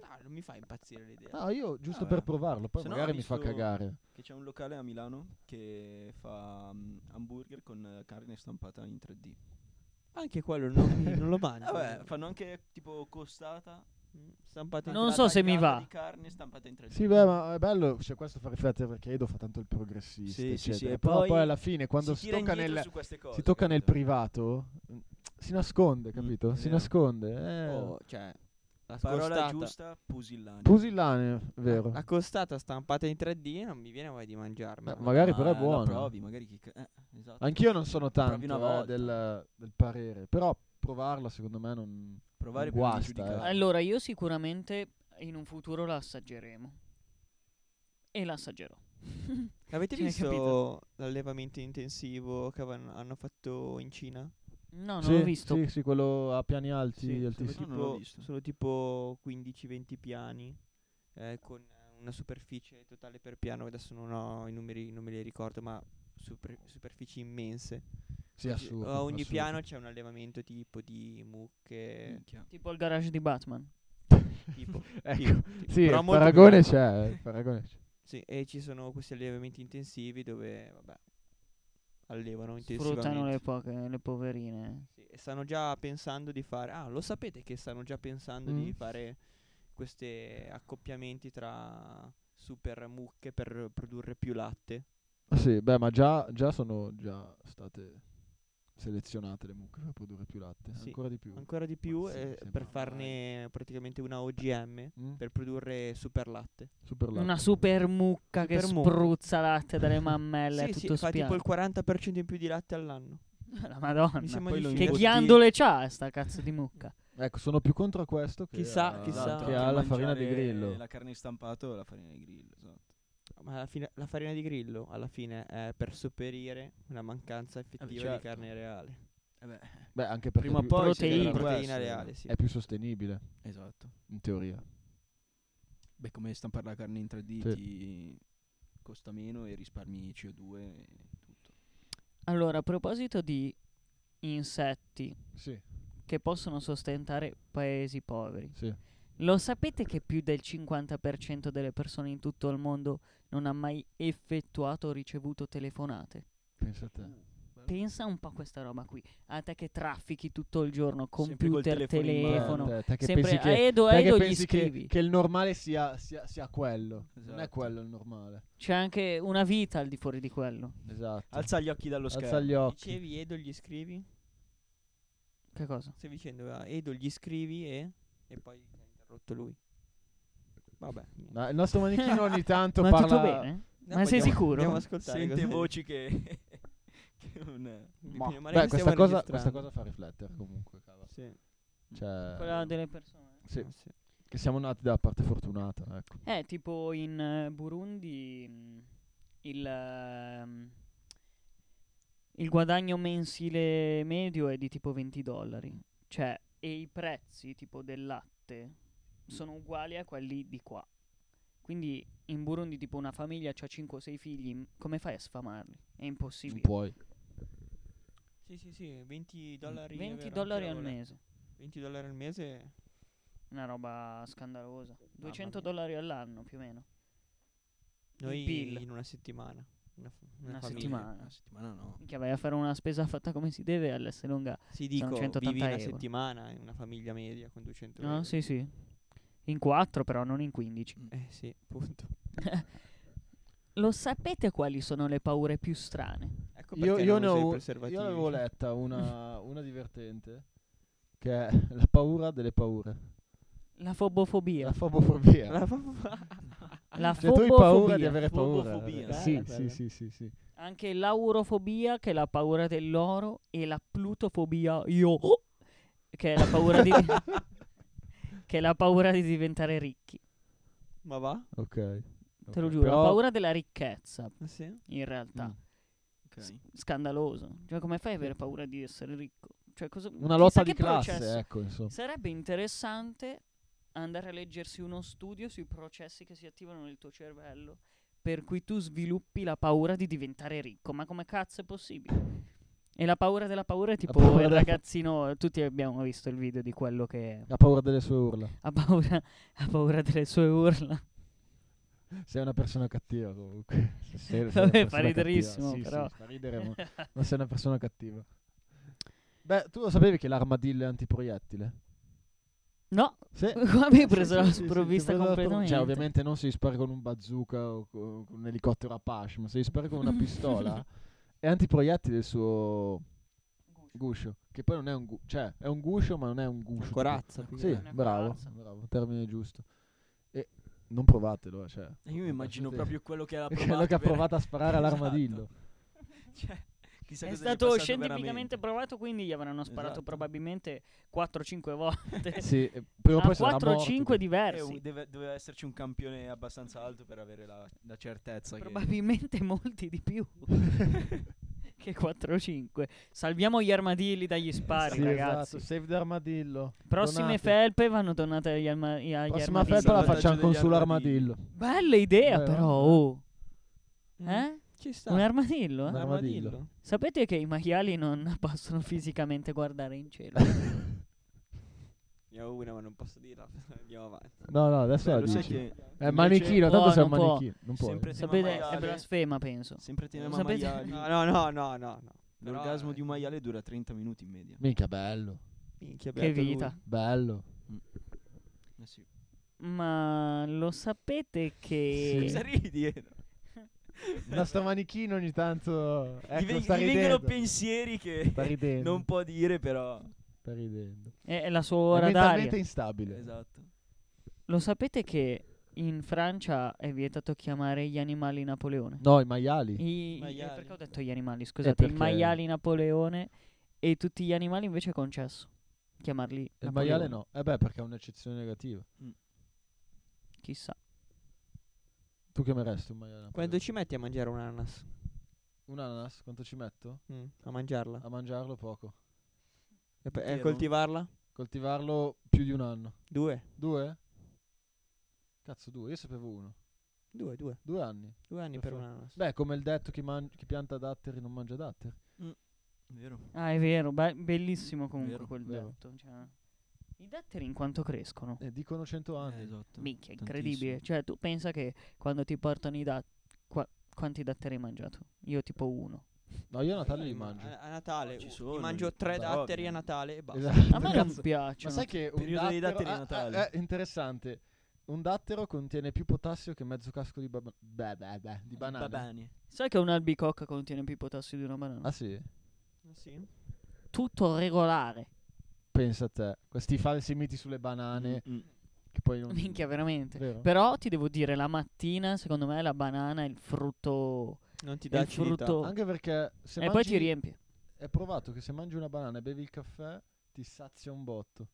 [SPEAKER 5] No, non mi fa impazzire l'idea.
[SPEAKER 2] No, io giusto
[SPEAKER 3] Ah,
[SPEAKER 2] per
[SPEAKER 3] beh.
[SPEAKER 2] provarlo, poi
[SPEAKER 3] Se no, ho
[SPEAKER 2] magari mi fa
[SPEAKER 3] visto-
[SPEAKER 2] cagare.
[SPEAKER 3] Che c'è un locale a Milano che fa mm, hamburger con eh, carne stampata in 3D.
[SPEAKER 5] Anche quello non, mi- non lo mangio.
[SPEAKER 3] Vabbè, fanno anche tipo costata.
[SPEAKER 5] Mm, Stampate in
[SPEAKER 4] Non
[SPEAKER 3] la
[SPEAKER 5] tre-
[SPEAKER 4] so se mi
[SPEAKER 3] tagliata
[SPEAKER 4] va.
[SPEAKER 3] Di carne stampata in 3D.
[SPEAKER 2] Sì, beh, ma è bello, cioè, questo fa riflettere perché Edo fa tanto il progressista,
[SPEAKER 3] Sì, sì, sì,
[SPEAKER 2] eccetera.
[SPEAKER 3] e
[SPEAKER 2] Però
[SPEAKER 3] poi
[SPEAKER 2] poi, alla fine, quando si,
[SPEAKER 3] tira
[SPEAKER 2] tocca,
[SPEAKER 3] indietro
[SPEAKER 2] nel,
[SPEAKER 3] su queste cose,
[SPEAKER 2] si tocca nel
[SPEAKER 3] capito? Mm,
[SPEAKER 2] privato, mh, si nasconde, capito?
[SPEAKER 3] è
[SPEAKER 2] si
[SPEAKER 3] vero.
[SPEAKER 2] nasconde. Eh.
[SPEAKER 5] Oh, cioè, la
[SPEAKER 3] Parola
[SPEAKER 5] scostata,
[SPEAKER 3] giusta, pusillaneo.
[SPEAKER 2] Pusillaneo, vero.
[SPEAKER 3] Ah,
[SPEAKER 5] La costata stampata in 3D non mi viene voglia di mangiarmela.
[SPEAKER 2] Beh, magari però è
[SPEAKER 3] la
[SPEAKER 2] buono.
[SPEAKER 3] provi, magari chi ca- eh, esatto.
[SPEAKER 2] Anch'io non sono tanto
[SPEAKER 3] Provi una
[SPEAKER 2] eh,
[SPEAKER 3] volta.
[SPEAKER 2] del, del parere, però provarla secondo me non...
[SPEAKER 3] Provare
[SPEAKER 2] non
[SPEAKER 3] prima di
[SPEAKER 2] guasta, eh.
[SPEAKER 3] giudicare.
[SPEAKER 4] Allora, io sicuramente in un futuro la assaggeremo. E la assaggerò.
[SPEAKER 5] Avete
[SPEAKER 4] Sì, hai
[SPEAKER 5] visto l'allevamento intensivo che avevano- hanno fatto in Cina?
[SPEAKER 4] No, non
[SPEAKER 2] Sì,
[SPEAKER 4] l'ho visto.
[SPEAKER 2] Sì, sì, quello a piani alti,
[SPEAKER 5] sono
[SPEAKER 2] altissimi.
[SPEAKER 3] No, non l'ho
[SPEAKER 5] tipo-
[SPEAKER 3] visto.
[SPEAKER 5] Sono tipo 15-20 piani eh, con una superficie totale per piano. Adesso non ho i numeri, non me li ricordo, ma super- superfici immense.
[SPEAKER 2] Sì,
[SPEAKER 5] Oggi-
[SPEAKER 2] assurdo.
[SPEAKER 5] a ogni
[SPEAKER 2] assurdo.
[SPEAKER 5] piano c'è un allevamento tipo di
[SPEAKER 2] <laughs>
[SPEAKER 5] mucche.
[SPEAKER 3] Minchia.
[SPEAKER 4] Tipo il garage di Batman.
[SPEAKER 5] tipo, tipo-
[SPEAKER 2] Ecco.
[SPEAKER 5] tipo-
[SPEAKER 2] Sì,
[SPEAKER 5] però
[SPEAKER 2] il
[SPEAKER 5] molto
[SPEAKER 2] paragone
[SPEAKER 5] più grande.
[SPEAKER 2] c'è, il paragone c'è.
[SPEAKER 5] Sì, e ci sono questi allevamenti intensivi dove, vabbè, allevano intensivamente.
[SPEAKER 4] Sfruttano le, poche, le poverine.
[SPEAKER 5] Sì, e stanno già pensando di fare. Ah, lo sapete che stanno già pensando di
[SPEAKER 2] Mm.
[SPEAKER 5] fare questi accoppiamenti tra super mucche per produrre più latte.
[SPEAKER 2] Ah, Sì, beh, ma già, già sono già state selezionate le mucche per produrre più latte,
[SPEAKER 5] Sì,
[SPEAKER 2] ancora di più.
[SPEAKER 5] Ancora di più
[SPEAKER 2] sì, mi
[SPEAKER 5] eh, per
[SPEAKER 2] sembra
[SPEAKER 5] farne praticamente una OGM
[SPEAKER 2] Mm?
[SPEAKER 5] per produrre super latte.
[SPEAKER 2] Super latte.
[SPEAKER 4] Una super mucca che
[SPEAKER 5] Super mucca.
[SPEAKER 4] spruzza latte dalle mammelle.
[SPEAKER 5] sì,
[SPEAKER 4] è
[SPEAKER 5] sì,
[SPEAKER 4] tutto
[SPEAKER 5] fa tipo
[SPEAKER 4] spiano.
[SPEAKER 5] il 40% in più di latte all'anno.
[SPEAKER 4] La madonna.
[SPEAKER 5] Mi sembra
[SPEAKER 3] poi
[SPEAKER 5] di
[SPEAKER 3] lo
[SPEAKER 5] sì.
[SPEAKER 4] Che
[SPEAKER 3] Tipo
[SPEAKER 4] ghiandole c'ha sta cazzo di mucca?
[SPEAKER 2] Ecco, sono più contro a questo che
[SPEAKER 5] Chissà,
[SPEAKER 2] a-
[SPEAKER 5] chissà. Perché
[SPEAKER 2] che Ah, esatto. ha la
[SPEAKER 3] mangiare
[SPEAKER 2] farina di grillo.
[SPEAKER 3] La carne stampata o la farina di grillo, esatto.
[SPEAKER 5] Ma alla fine, la farina di grillo alla fine è per sopperire una mancanza effettiva
[SPEAKER 3] certo.
[SPEAKER 5] di carne reale.
[SPEAKER 3] Eh beh,
[SPEAKER 2] Beh, anche perché
[SPEAKER 3] prima o
[SPEAKER 2] più-
[SPEAKER 3] poi
[SPEAKER 4] proteine.
[SPEAKER 3] si arriverà a
[SPEAKER 5] Proteina
[SPEAKER 3] questo,
[SPEAKER 5] reale,
[SPEAKER 3] eh.
[SPEAKER 5] sì.
[SPEAKER 2] è più sostenibile,
[SPEAKER 3] Esatto.
[SPEAKER 2] in teoria.
[SPEAKER 3] Beh, come stampare la carne in 3D
[SPEAKER 2] Sì.
[SPEAKER 3] ti costa meno e risparmi CO2 e tutto.
[SPEAKER 4] Allora, a proposito di insetti
[SPEAKER 2] Sì,
[SPEAKER 4] che possono sostentare paesi poveri,
[SPEAKER 2] sì.
[SPEAKER 4] lo sapete che più del 50% delle persone in tutto il mondo non ha mai effettuato o ricevuto telefonate?
[SPEAKER 2] Pensa a te.
[SPEAKER 4] Pensa un po' a questa roba qui. A te che traffichi tutto il giorno,
[SPEAKER 3] Sempre col
[SPEAKER 4] computer,
[SPEAKER 3] telefono in mano.
[SPEAKER 4] telefono.
[SPEAKER 2] Te, te che pensi
[SPEAKER 4] Sempre a
[SPEAKER 2] che,
[SPEAKER 4] Edo,
[SPEAKER 2] te
[SPEAKER 4] a
[SPEAKER 2] che
[SPEAKER 4] Edo gli
[SPEAKER 2] pensi che-
[SPEAKER 4] scrivi.
[SPEAKER 2] che il normale sia, sia, sia quello. Non è
[SPEAKER 3] Esatto.
[SPEAKER 2] quello il normale.
[SPEAKER 4] C'è anche una vita al di fuori di quello.
[SPEAKER 2] Esatto.
[SPEAKER 3] Alza gli occhi dallo schermo.
[SPEAKER 2] Alza gli occhi.
[SPEAKER 5] Dicevi Edo gli scrivi?
[SPEAKER 4] Che cosa?
[SPEAKER 5] Stai dicendo ah, Edo gli scrivi e... E poi ti ha interrotto lui. Vabbè. niente.
[SPEAKER 2] Ma il nostro manichino
[SPEAKER 4] <laughs>
[SPEAKER 2] ogni tanto
[SPEAKER 4] Ma
[SPEAKER 2] parla...
[SPEAKER 4] tutto bene?
[SPEAKER 5] No,
[SPEAKER 4] Ma sei
[SPEAKER 5] andiamo-
[SPEAKER 4] sicuro?
[SPEAKER 5] Andiamo a ascoltare.
[SPEAKER 3] Sente
[SPEAKER 5] cosa-
[SPEAKER 3] voci che... <laughs> che non è.
[SPEAKER 5] di
[SPEAKER 4] Ma-
[SPEAKER 5] Pino Mare
[SPEAKER 2] Beh,
[SPEAKER 5] che
[SPEAKER 2] questa
[SPEAKER 5] stiamo
[SPEAKER 2] cosa, questa
[SPEAKER 5] registrando.
[SPEAKER 2] cosa fa riflettere comunque, cavolo.
[SPEAKER 5] Sì,
[SPEAKER 2] Cioè,
[SPEAKER 4] Quella delle persone.
[SPEAKER 2] sì,
[SPEAKER 5] sì.
[SPEAKER 2] che siamo nati dalla parte fortunata, ecco.
[SPEAKER 4] Eh, tipo in eh, Burundi mh, il, ehm, il guadagno mensile medio è di tipo 20 dollari. Cioè, e i prezzi tipo del latte sono uguali a quelli di qua. Quindi in Burundi tipo una famiglia ha 5 o 6 figli, m- come fai a sfamarli? È
[SPEAKER 2] Non
[SPEAKER 4] impossibile.
[SPEAKER 2] puoi.
[SPEAKER 5] Sì, sì, sì, 20 dollari. è
[SPEAKER 4] 20
[SPEAKER 5] vero,
[SPEAKER 4] dollari
[SPEAKER 5] anche
[SPEAKER 4] al
[SPEAKER 5] ora.
[SPEAKER 4] mese,
[SPEAKER 5] 20 dollari al mese.
[SPEAKER 4] una roba scandalosa. 200
[SPEAKER 5] mia.
[SPEAKER 4] dollari all'anno più o meno.
[SPEAKER 5] Noi
[SPEAKER 4] PIL.
[SPEAKER 5] in una settimana. Una, f- una
[SPEAKER 4] Una
[SPEAKER 5] famiglia. Eh
[SPEAKER 4] settimana.
[SPEAKER 3] Una settimana no.
[SPEAKER 4] Minchia, vai a fare una spesa fatta come si deve all'S lunga.
[SPEAKER 5] Sì, dico, vivi
[SPEAKER 4] 180
[SPEAKER 5] una
[SPEAKER 4] euro.
[SPEAKER 5] settimana in una famiglia media con 200 euro.
[SPEAKER 2] eh.
[SPEAKER 4] No, sì, sì. In 4 però, non in 15.
[SPEAKER 5] Eh sì, punto.
[SPEAKER 4] Lo sapete quali sono le paure più strane?
[SPEAKER 5] Ecco
[SPEAKER 2] Io,
[SPEAKER 5] perché
[SPEAKER 2] io,
[SPEAKER 5] non
[SPEAKER 2] ne
[SPEAKER 5] uso i
[SPEAKER 2] ho-
[SPEAKER 5] preservativi.
[SPEAKER 2] io avevo
[SPEAKER 5] <laughs>
[SPEAKER 2] letta
[SPEAKER 4] <laughs>
[SPEAKER 2] una, una divertente, che è la paura delle paure.
[SPEAKER 4] La fobofobia.
[SPEAKER 2] La fobofobia.
[SPEAKER 5] La fa-
[SPEAKER 4] La
[SPEAKER 2] Cioè, tu hai paura
[SPEAKER 4] fobofobia.
[SPEAKER 2] di avere paura.
[SPEAKER 3] Fobofobia.
[SPEAKER 2] Eh, Sì,
[SPEAKER 5] Bella,
[SPEAKER 2] sì,
[SPEAKER 5] bella.
[SPEAKER 2] sì, sì, sì.
[SPEAKER 4] Anche l'aurofobia, che è la paura dell'oro, e la plutofobia, io, oh, che è la paura
[SPEAKER 2] <laughs>
[SPEAKER 4] di... che è la paura di diventare ricchi.
[SPEAKER 5] Ma va?
[SPEAKER 2] Ok.
[SPEAKER 4] Te lo
[SPEAKER 2] Ok,
[SPEAKER 4] giuro,
[SPEAKER 2] però-
[SPEAKER 4] la paura della ricchezza,
[SPEAKER 5] Ah, <laughs> Sì.
[SPEAKER 4] in realtà.
[SPEAKER 2] Mm.
[SPEAKER 3] Ok.
[SPEAKER 4] S- scandaloso. Cioè, come fai ad avere paura di essere ricco? Cioè, cosa-
[SPEAKER 2] Una
[SPEAKER 4] chissà
[SPEAKER 2] lotta
[SPEAKER 4] che
[SPEAKER 2] di classe,
[SPEAKER 4] processo-
[SPEAKER 2] ecco, insomma.
[SPEAKER 4] Sarebbe interessante andare a leggersi uno studio sui processi che si attivano nel tuo cervello per cui tu sviluppi la paura di diventare ricco. Ma come cazzo è possibile? E la paura della paura è tipo
[SPEAKER 2] paura
[SPEAKER 4] il
[SPEAKER 2] della-
[SPEAKER 4] ragazzino, tutti abbiamo visto il video di quello che
[SPEAKER 2] La paura delle sue urla.
[SPEAKER 4] ha paura, ha paura delle sue urla.
[SPEAKER 2] Sei una persona cattiva comunque. Se
[SPEAKER 4] <laughs>
[SPEAKER 2] sei- sei
[SPEAKER 4] Vabbè,
[SPEAKER 2] una
[SPEAKER 4] fa
[SPEAKER 2] persona
[SPEAKER 4] riderissimo,
[SPEAKER 2] cattiva. Sì,
[SPEAKER 4] però.
[SPEAKER 2] sì, fa ridere, ma,
[SPEAKER 4] <laughs>
[SPEAKER 2] ma sei una persona cattiva. Beh, tu lo sapevi che l'armadillo è antiproiettile?
[SPEAKER 4] No, <laughs>
[SPEAKER 2] Sì.
[SPEAKER 4] qua mi hai
[SPEAKER 2] Eh, Sì,
[SPEAKER 4] preso
[SPEAKER 2] sì,
[SPEAKER 4] la
[SPEAKER 2] sì, sì, sì, ti
[SPEAKER 4] sprovvista
[SPEAKER 2] ho preso la sprovvista.
[SPEAKER 4] completamente.
[SPEAKER 2] Cioè, ovviamente non si spara con un bazooka o co- con un elicottero Apache, ma se si spara con
[SPEAKER 4] <laughs>
[SPEAKER 2] una pistola è antiproiettile il suo guscio, che poi non è un guscio, cioè è un guscio, ma non è un
[SPEAKER 5] Una
[SPEAKER 2] guscio.
[SPEAKER 5] corazza.
[SPEAKER 2] tipo.
[SPEAKER 5] quindi.
[SPEAKER 2] Sì,
[SPEAKER 3] eh,
[SPEAKER 4] Una
[SPEAKER 2] bravo,
[SPEAKER 4] corazza.
[SPEAKER 2] bravo, termine giusto. E non provatelo, eh, cioè.
[SPEAKER 3] Eh, Io mi immagino
[SPEAKER 2] Lasciate-
[SPEAKER 3] proprio <laughs> quello che ha provato.
[SPEAKER 2] quello che ha
[SPEAKER 3] per-
[SPEAKER 2] provato a sparare all'armadillo.
[SPEAKER 3] Cioè, Chissà
[SPEAKER 4] È
[SPEAKER 3] cosa gli
[SPEAKER 4] stato
[SPEAKER 3] passato
[SPEAKER 4] scientificamente
[SPEAKER 3] veramente.
[SPEAKER 4] provato, quindi gli avranno sparato
[SPEAKER 3] Esatto.
[SPEAKER 4] probabilmente 4-5 volte.
[SPEAKER 2] Sì, eh, prima o
[SPEAKER 4] a
[SPEAKER 2] poi sarà
[SPEAKER 4] 4-5
[SPEAKER 2] morto.
[SPEAKER 3] Eh,
[SPEAKER 4] diversi.
[SPEAKER 3] u- deve, doveva esserci un campione abbastanza alto per avere la, la certezza che
[SPEAKER 4] Probabilmente molti
[SPEAKER 2] <laughs>
[SPEAKER 4] di più che 4-5. Salviamo gli armadilli dagli spari,
[SPEAKER 2] Sì,
[SPEAKER 4] ragazzi.
[SPEAKER 2] esatto. Save the armadillo.
[SPEAKER 4] Prossime
[SPEAKER 2] Donate.
[SPEAKER 4] felpe vanno donate agli, alma- agli
[SPEAKER 2] Prossima
[SPEAKER 4] armadilli.
[SPEAKER 2] felpa la
[SPEAKER 3] Salvataggio
[SPEAKER 2] facciamo con
[SPEAKER 3] degli
[SPEAKER 2] sull'armadillo.
[SPEAKER 4] Bella idea,
[SPEAKER 2] Beh,
[SPEAKER 4] però.
[SPEAKER 2] vabbè.
[SPEAKER 4] oh.
[SPEAKER 5] Mm,
[SPEAKER 4] Eh?
[SPEAKER 5] Ci sta.
[SPEAKER 4] Un armadillo? eh?
[SPEAKER 2] Un armadillo.
[SPEAKER 5] <laughs>
[SPEAKER 4] Sapete che i maiali non <laughs> possono fisicamente guardare
[SPEAKER 2] <laughs>
[SPEAKER 4] in cielo?
[SPEAKER 5] Ne ho una, ma non posso dirla. <laughs> Andiamo avanti.
[SPEAKER 2] No, no, adesso
[SPEAKER 3] Beh,
[SPEAKER 2] la
[SPEAKER 3] lo sai
[SPEAKER 2] dici.
[SPEAKER 3] che
[SPEAKER 2] È manichino,
[SPEAKER 4] può,
[SPEAKER 2] tanto sei un
[SPEAKER 4] non può.
[SPEAKER 2] manichino. Non puoi.
[SPEAKER 3] sempre tema
[SPEAKER 4] Sapete, è
[SPEAKER 3] maiale,
[SPEAKER 4] blasfema, penso.
[SPEAKER 3] sempre tema
[SPEAKER 4] Sapete- <laughs>
[SPEAKER 3] maiali.
[SPEAKER 5] No, no, no, no, no. no. Però,
[SPEAKER 3] L'orgasmo
[SPEAKER 5] eh,
[SPEAKER 3] di un maiale dura 30 minuti in media.
[SPEAKER 2] Minchia, bello.
[SPEAKER 5] Minchia,
[SPEAKER 4] Che
[SPEAKER 5] beato lui.
[SPEAKER 4] vita.
[SPEAKER 2] Bello.
[SPEAKER 3] Eh sì.
[SPEAKER 4] Ma lo sapete che...
[SPEAKER 3] Cosa <laughs> ridi? eh?
[SPEAKER 2] Ecco, Il nostro manichino ogni tanto...
[SPEAKER 3] Gli,
[SPEAKER 2] Ecco,
[SPEAKER 3] veng-
[SPEAKER 2] sta
[SPEAKER 3] gli vengono
[SPEAKER 2] ridendo. Eh.
[SPEAKER 3] pensieri che
[SPEAKER 2] Sta ridendo.
[SPEAKER 3] non può dire però.
[SPEAKER 2] Sta ridendo.
[SPEAKER 4] È la sua
[SPEAKER 2] È
[SPEAKER 4] ora d'aria.
[SPEAKER 2] mentalmente instabile.
[SPEAKER 3] Esatto.
[SPEAKER 4] Lo sapete che in Francia è vietato chiamare gli animali Napoleone?
[SPEAKER 2] No, i maiali.
[SPEAKER 4] I, eh,
[SPEAKER 5] Maiali.
[SPEAKER 4] perché ho detto gli animali? Scusate, i
[SPEAKER 2] perché-
[SPEAKER 4] Esatto, maiali Napoleone e tutti gli animali invece è concesso chiamarli
[SPEAKER 2] Il
[SPEAKER 4] Napoleone.
[SPEAKER 2] maiale no. Eh beh, perché è un'eccezione negativa.
[SPEAKER 4] Chissà.
[SPEAKER 2] Tu chiameresti un maiale?
[SPEAKER 5] Quando
[SPEAKER 2] Napoleone?
[SPEAKER 5] ci metti a mangiare un ananas?
[SPEAKER 2] Un ananas, quanto ci metto?
[SPEAKER 5] Mm, a mangiarla?
[SPEAKER 4] Ah,
[SPEAKER 2] A mangiarlo poco.
[SPEAKER 5] E pe- e a
[SPEAKER 3] intero?
[SPEAKER 5] coltivarla?
[SPEAKER 2] Coltivarlo più di un anno.
[SPEAKER 5] Due.
[SPEAKER 2] Due? Cazzo, due. Io sapevo uno.
[SPEAKER 5] Due, due.
[SPEAKER 2] Due anni.
[SPEAKER 5] Due anni per un
[SPEAKER 2] Perfetto.
[SPEAKER 5] ananas.
[SPEAKER 2] Beh, come il detto, chi, man- chi pianta datteri non mangia datteri.
[SPEAKER 3] Vero.
[SPEAKER 4] Ah, è vero, be- bellissimo comunque
[SPEAKER 3] Vero,
[SPEAKER 4] quel
[SPEAKER 2] vero.
[SPEAKER 4] detto. cioè. I datteri in quanto crescono?
[SPEAKER 2] E dicono cento anni.
[SPEAKER 3] Eh, esatto.
[SPEAKER 4] Minchia,
[SPEAKER 3] Tantissimo.
[SPEAKER 4] incredibile. Cioè, tu pensa che quando ti portano i datteri... quanti datteri hai mangiato? Io tipo uno.
[SPEAKER 2] No, io a Natale
[SPEAKER 5] Eh,
[SPEAKER 2] li
[SPEAKER 5] ma
[SPEAKER 2] mangio.
[SPEAKER 5] A, a Natale.
[SPEAKER 3] No, ci
[SPEAKER 5] uh,
[SPEAKER 3] sono,
[SPEAKER 5] mi mangio tre
[SPEAKER 3] barocchi,
[SPEAKER 5] datteri
[SPEAKER 3] eh.
[SPEAKER 5] a Natale e basta.
[SPEAKER 4] A me non
[SPEAKER 2] Cazzo.
[SPEAKER 4] piacciono.
[SPEAKER 2] Esatto. Ma sai che un
[SPEAKER 3] Diciamo periodo dei
[SPEAKER 2] dattero-
[SPEAKER 3] datteri di
[SPEAKER 2] ah, ah,
[SPEAKER 3] Natale.
[SPEAKER 2] eh, interessante. Un dattero contiene più potassio che mezzo casco di, bab- beh, beh, beh,
[SPEAKER 3] Eh,
[SPEAKER 2] di banana.
[SPEAKER 3] Babani.
[SPEAKER 4] Sai che un'albicocca contiene più potassio di una banana?
[SPEAKER 2] Ah sì?
[SPEAKER 5] Ah, Sì.
[SPEAKER 4] Tutto regolare.
[SPEAKER 2] Pensa a te. Questi falsi miti sulle banane
[SPEAKER 3] Mm, mm.
[SPEAKER 2] che poi non...
[SPEAKER 4] Minchia, veramente.
[SPEAKER 2] Vero?
[SPEAKER 4] Però ti devo dire, la mattina, secondo me, la banana è il frutto.
[SPEAKER 5] Non ti
[SPEAKER 4] È
[SPEAKER 5] dà
[SPEAKER 4] il
[SPEAKER 5] acidità.
[SPEAKER 4] frutto.
[SPEAKER 2] Anche perché se
[SPEAKER 4] e poi
[SPEAKER 2] mangi-
[SPEAKER 4] ti riempie.
[SPEAKER 2] è provato che se mangi una banana e bevi il caffè ti sazia un botto.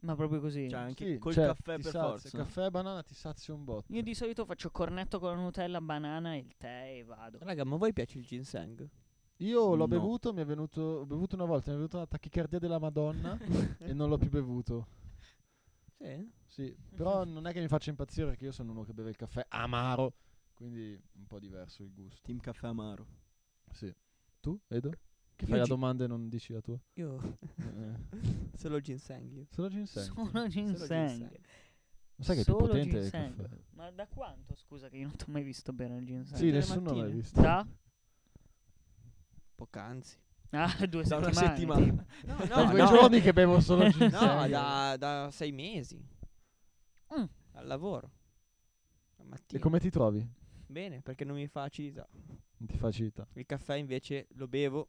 [SPEAKER 4] Ma proprio così.
[SPEAKER 3] Cioè, anche
[SPEAKER 2] Sì,
[SPEAKER 3] col
[SPEAKER 2] cioè,
[SPEAKER 3] caffè
[SPEAKER 2] ti
[SPEAKER 3] per
[SPEAKER 2] sazia.
[SPEAKER 3] forza.
[SPEAKER 2] Caffè e banana ti sazia un botto.
[SPEAKER 4] Io di solito faccio cornetto con la Nutella, banana e il tè e vado.
[SPEAKER 5] Raga, ma a voi piace il ginseng?
[SPEAKER 2] Io l'ho
[SPEAKER 3] No.
[SPEAKER 2] bevuto, mi è venuto, ho bevuto una volta, mi è venuta una tachicardia della Madonna e non l'ho più bevuto.
[SPEAKER 5] Sì.
[SPEAKER 2] Sì, però non è che mi faccia impazzire perché io sono uno che beve il caffè amaro, quindi un po' diverso il gusto.
[SPEAKER 3] Team caffè amaro.
[SPEAKER 2] Sì. Tu, Edo? Che
[SPEAKER 5] Io
[SPEAKER 2] fai la
[SPEAKER 5] gi-
[SPEAKER 2] domanda e non dici la tua?
[SPEAKER 5] Io
[SPEAKER 2] Eh,
[SPEAKER 5] solo ginseng io.
[SPEAKER 2] Solo ginseng.
[SPEAKER 4] <laughs> Solo ginseng.
[SPEAKER 2] Ma sai che è più
[SPEAKER 4] Solo
[SPEAKER 2] potente del
[SPEAKER 4] ginseng.
[SPEAKER 2] caffè?
[SPEAKER 4] Ma da quanto, scusa, che io non ti ho mai visto bene il ginseng?
[SPEAKER 2] Sì,
[SPEAKER 5] le
[SPEAKER 2] nessuno l'ha
[SPEAKER 5] mattine.
[SPEAKER 2] visto.
[SPEAKER 4] Da?
[SPEAKER 5] Poc'anzi.
[SPEAKER 4] Ah, <laughs> due
[SPEAKER 3] Da
[SPEAKER 4] settimane.
[SPEAKER 3] una settimana.
[SPEAKER 4] tipo.
[SPEAKER 2] <laughs>
[SPEAKER 5] No,
[SPEAKER 2] Sono
[SPEAKER 5] no,
[SPEAKER 2] due
[SPEAKER 5] no.
[SPEAKER 2] giorni che bevo solo ginseng.
[SPEAKER 5] No, da, da sei mesi.
[SPEAKER 4] Mm.
[SPEAKER 5] Al lavoro. La mattina.
[SPEAKER 2] E come ti trovi?
[SPEAKER 5] Bene, perché non mi fa acidità.
[SPEAKER 2] Non ti facilita.
[SPEAKER 5] Il caffè invece lo bevo.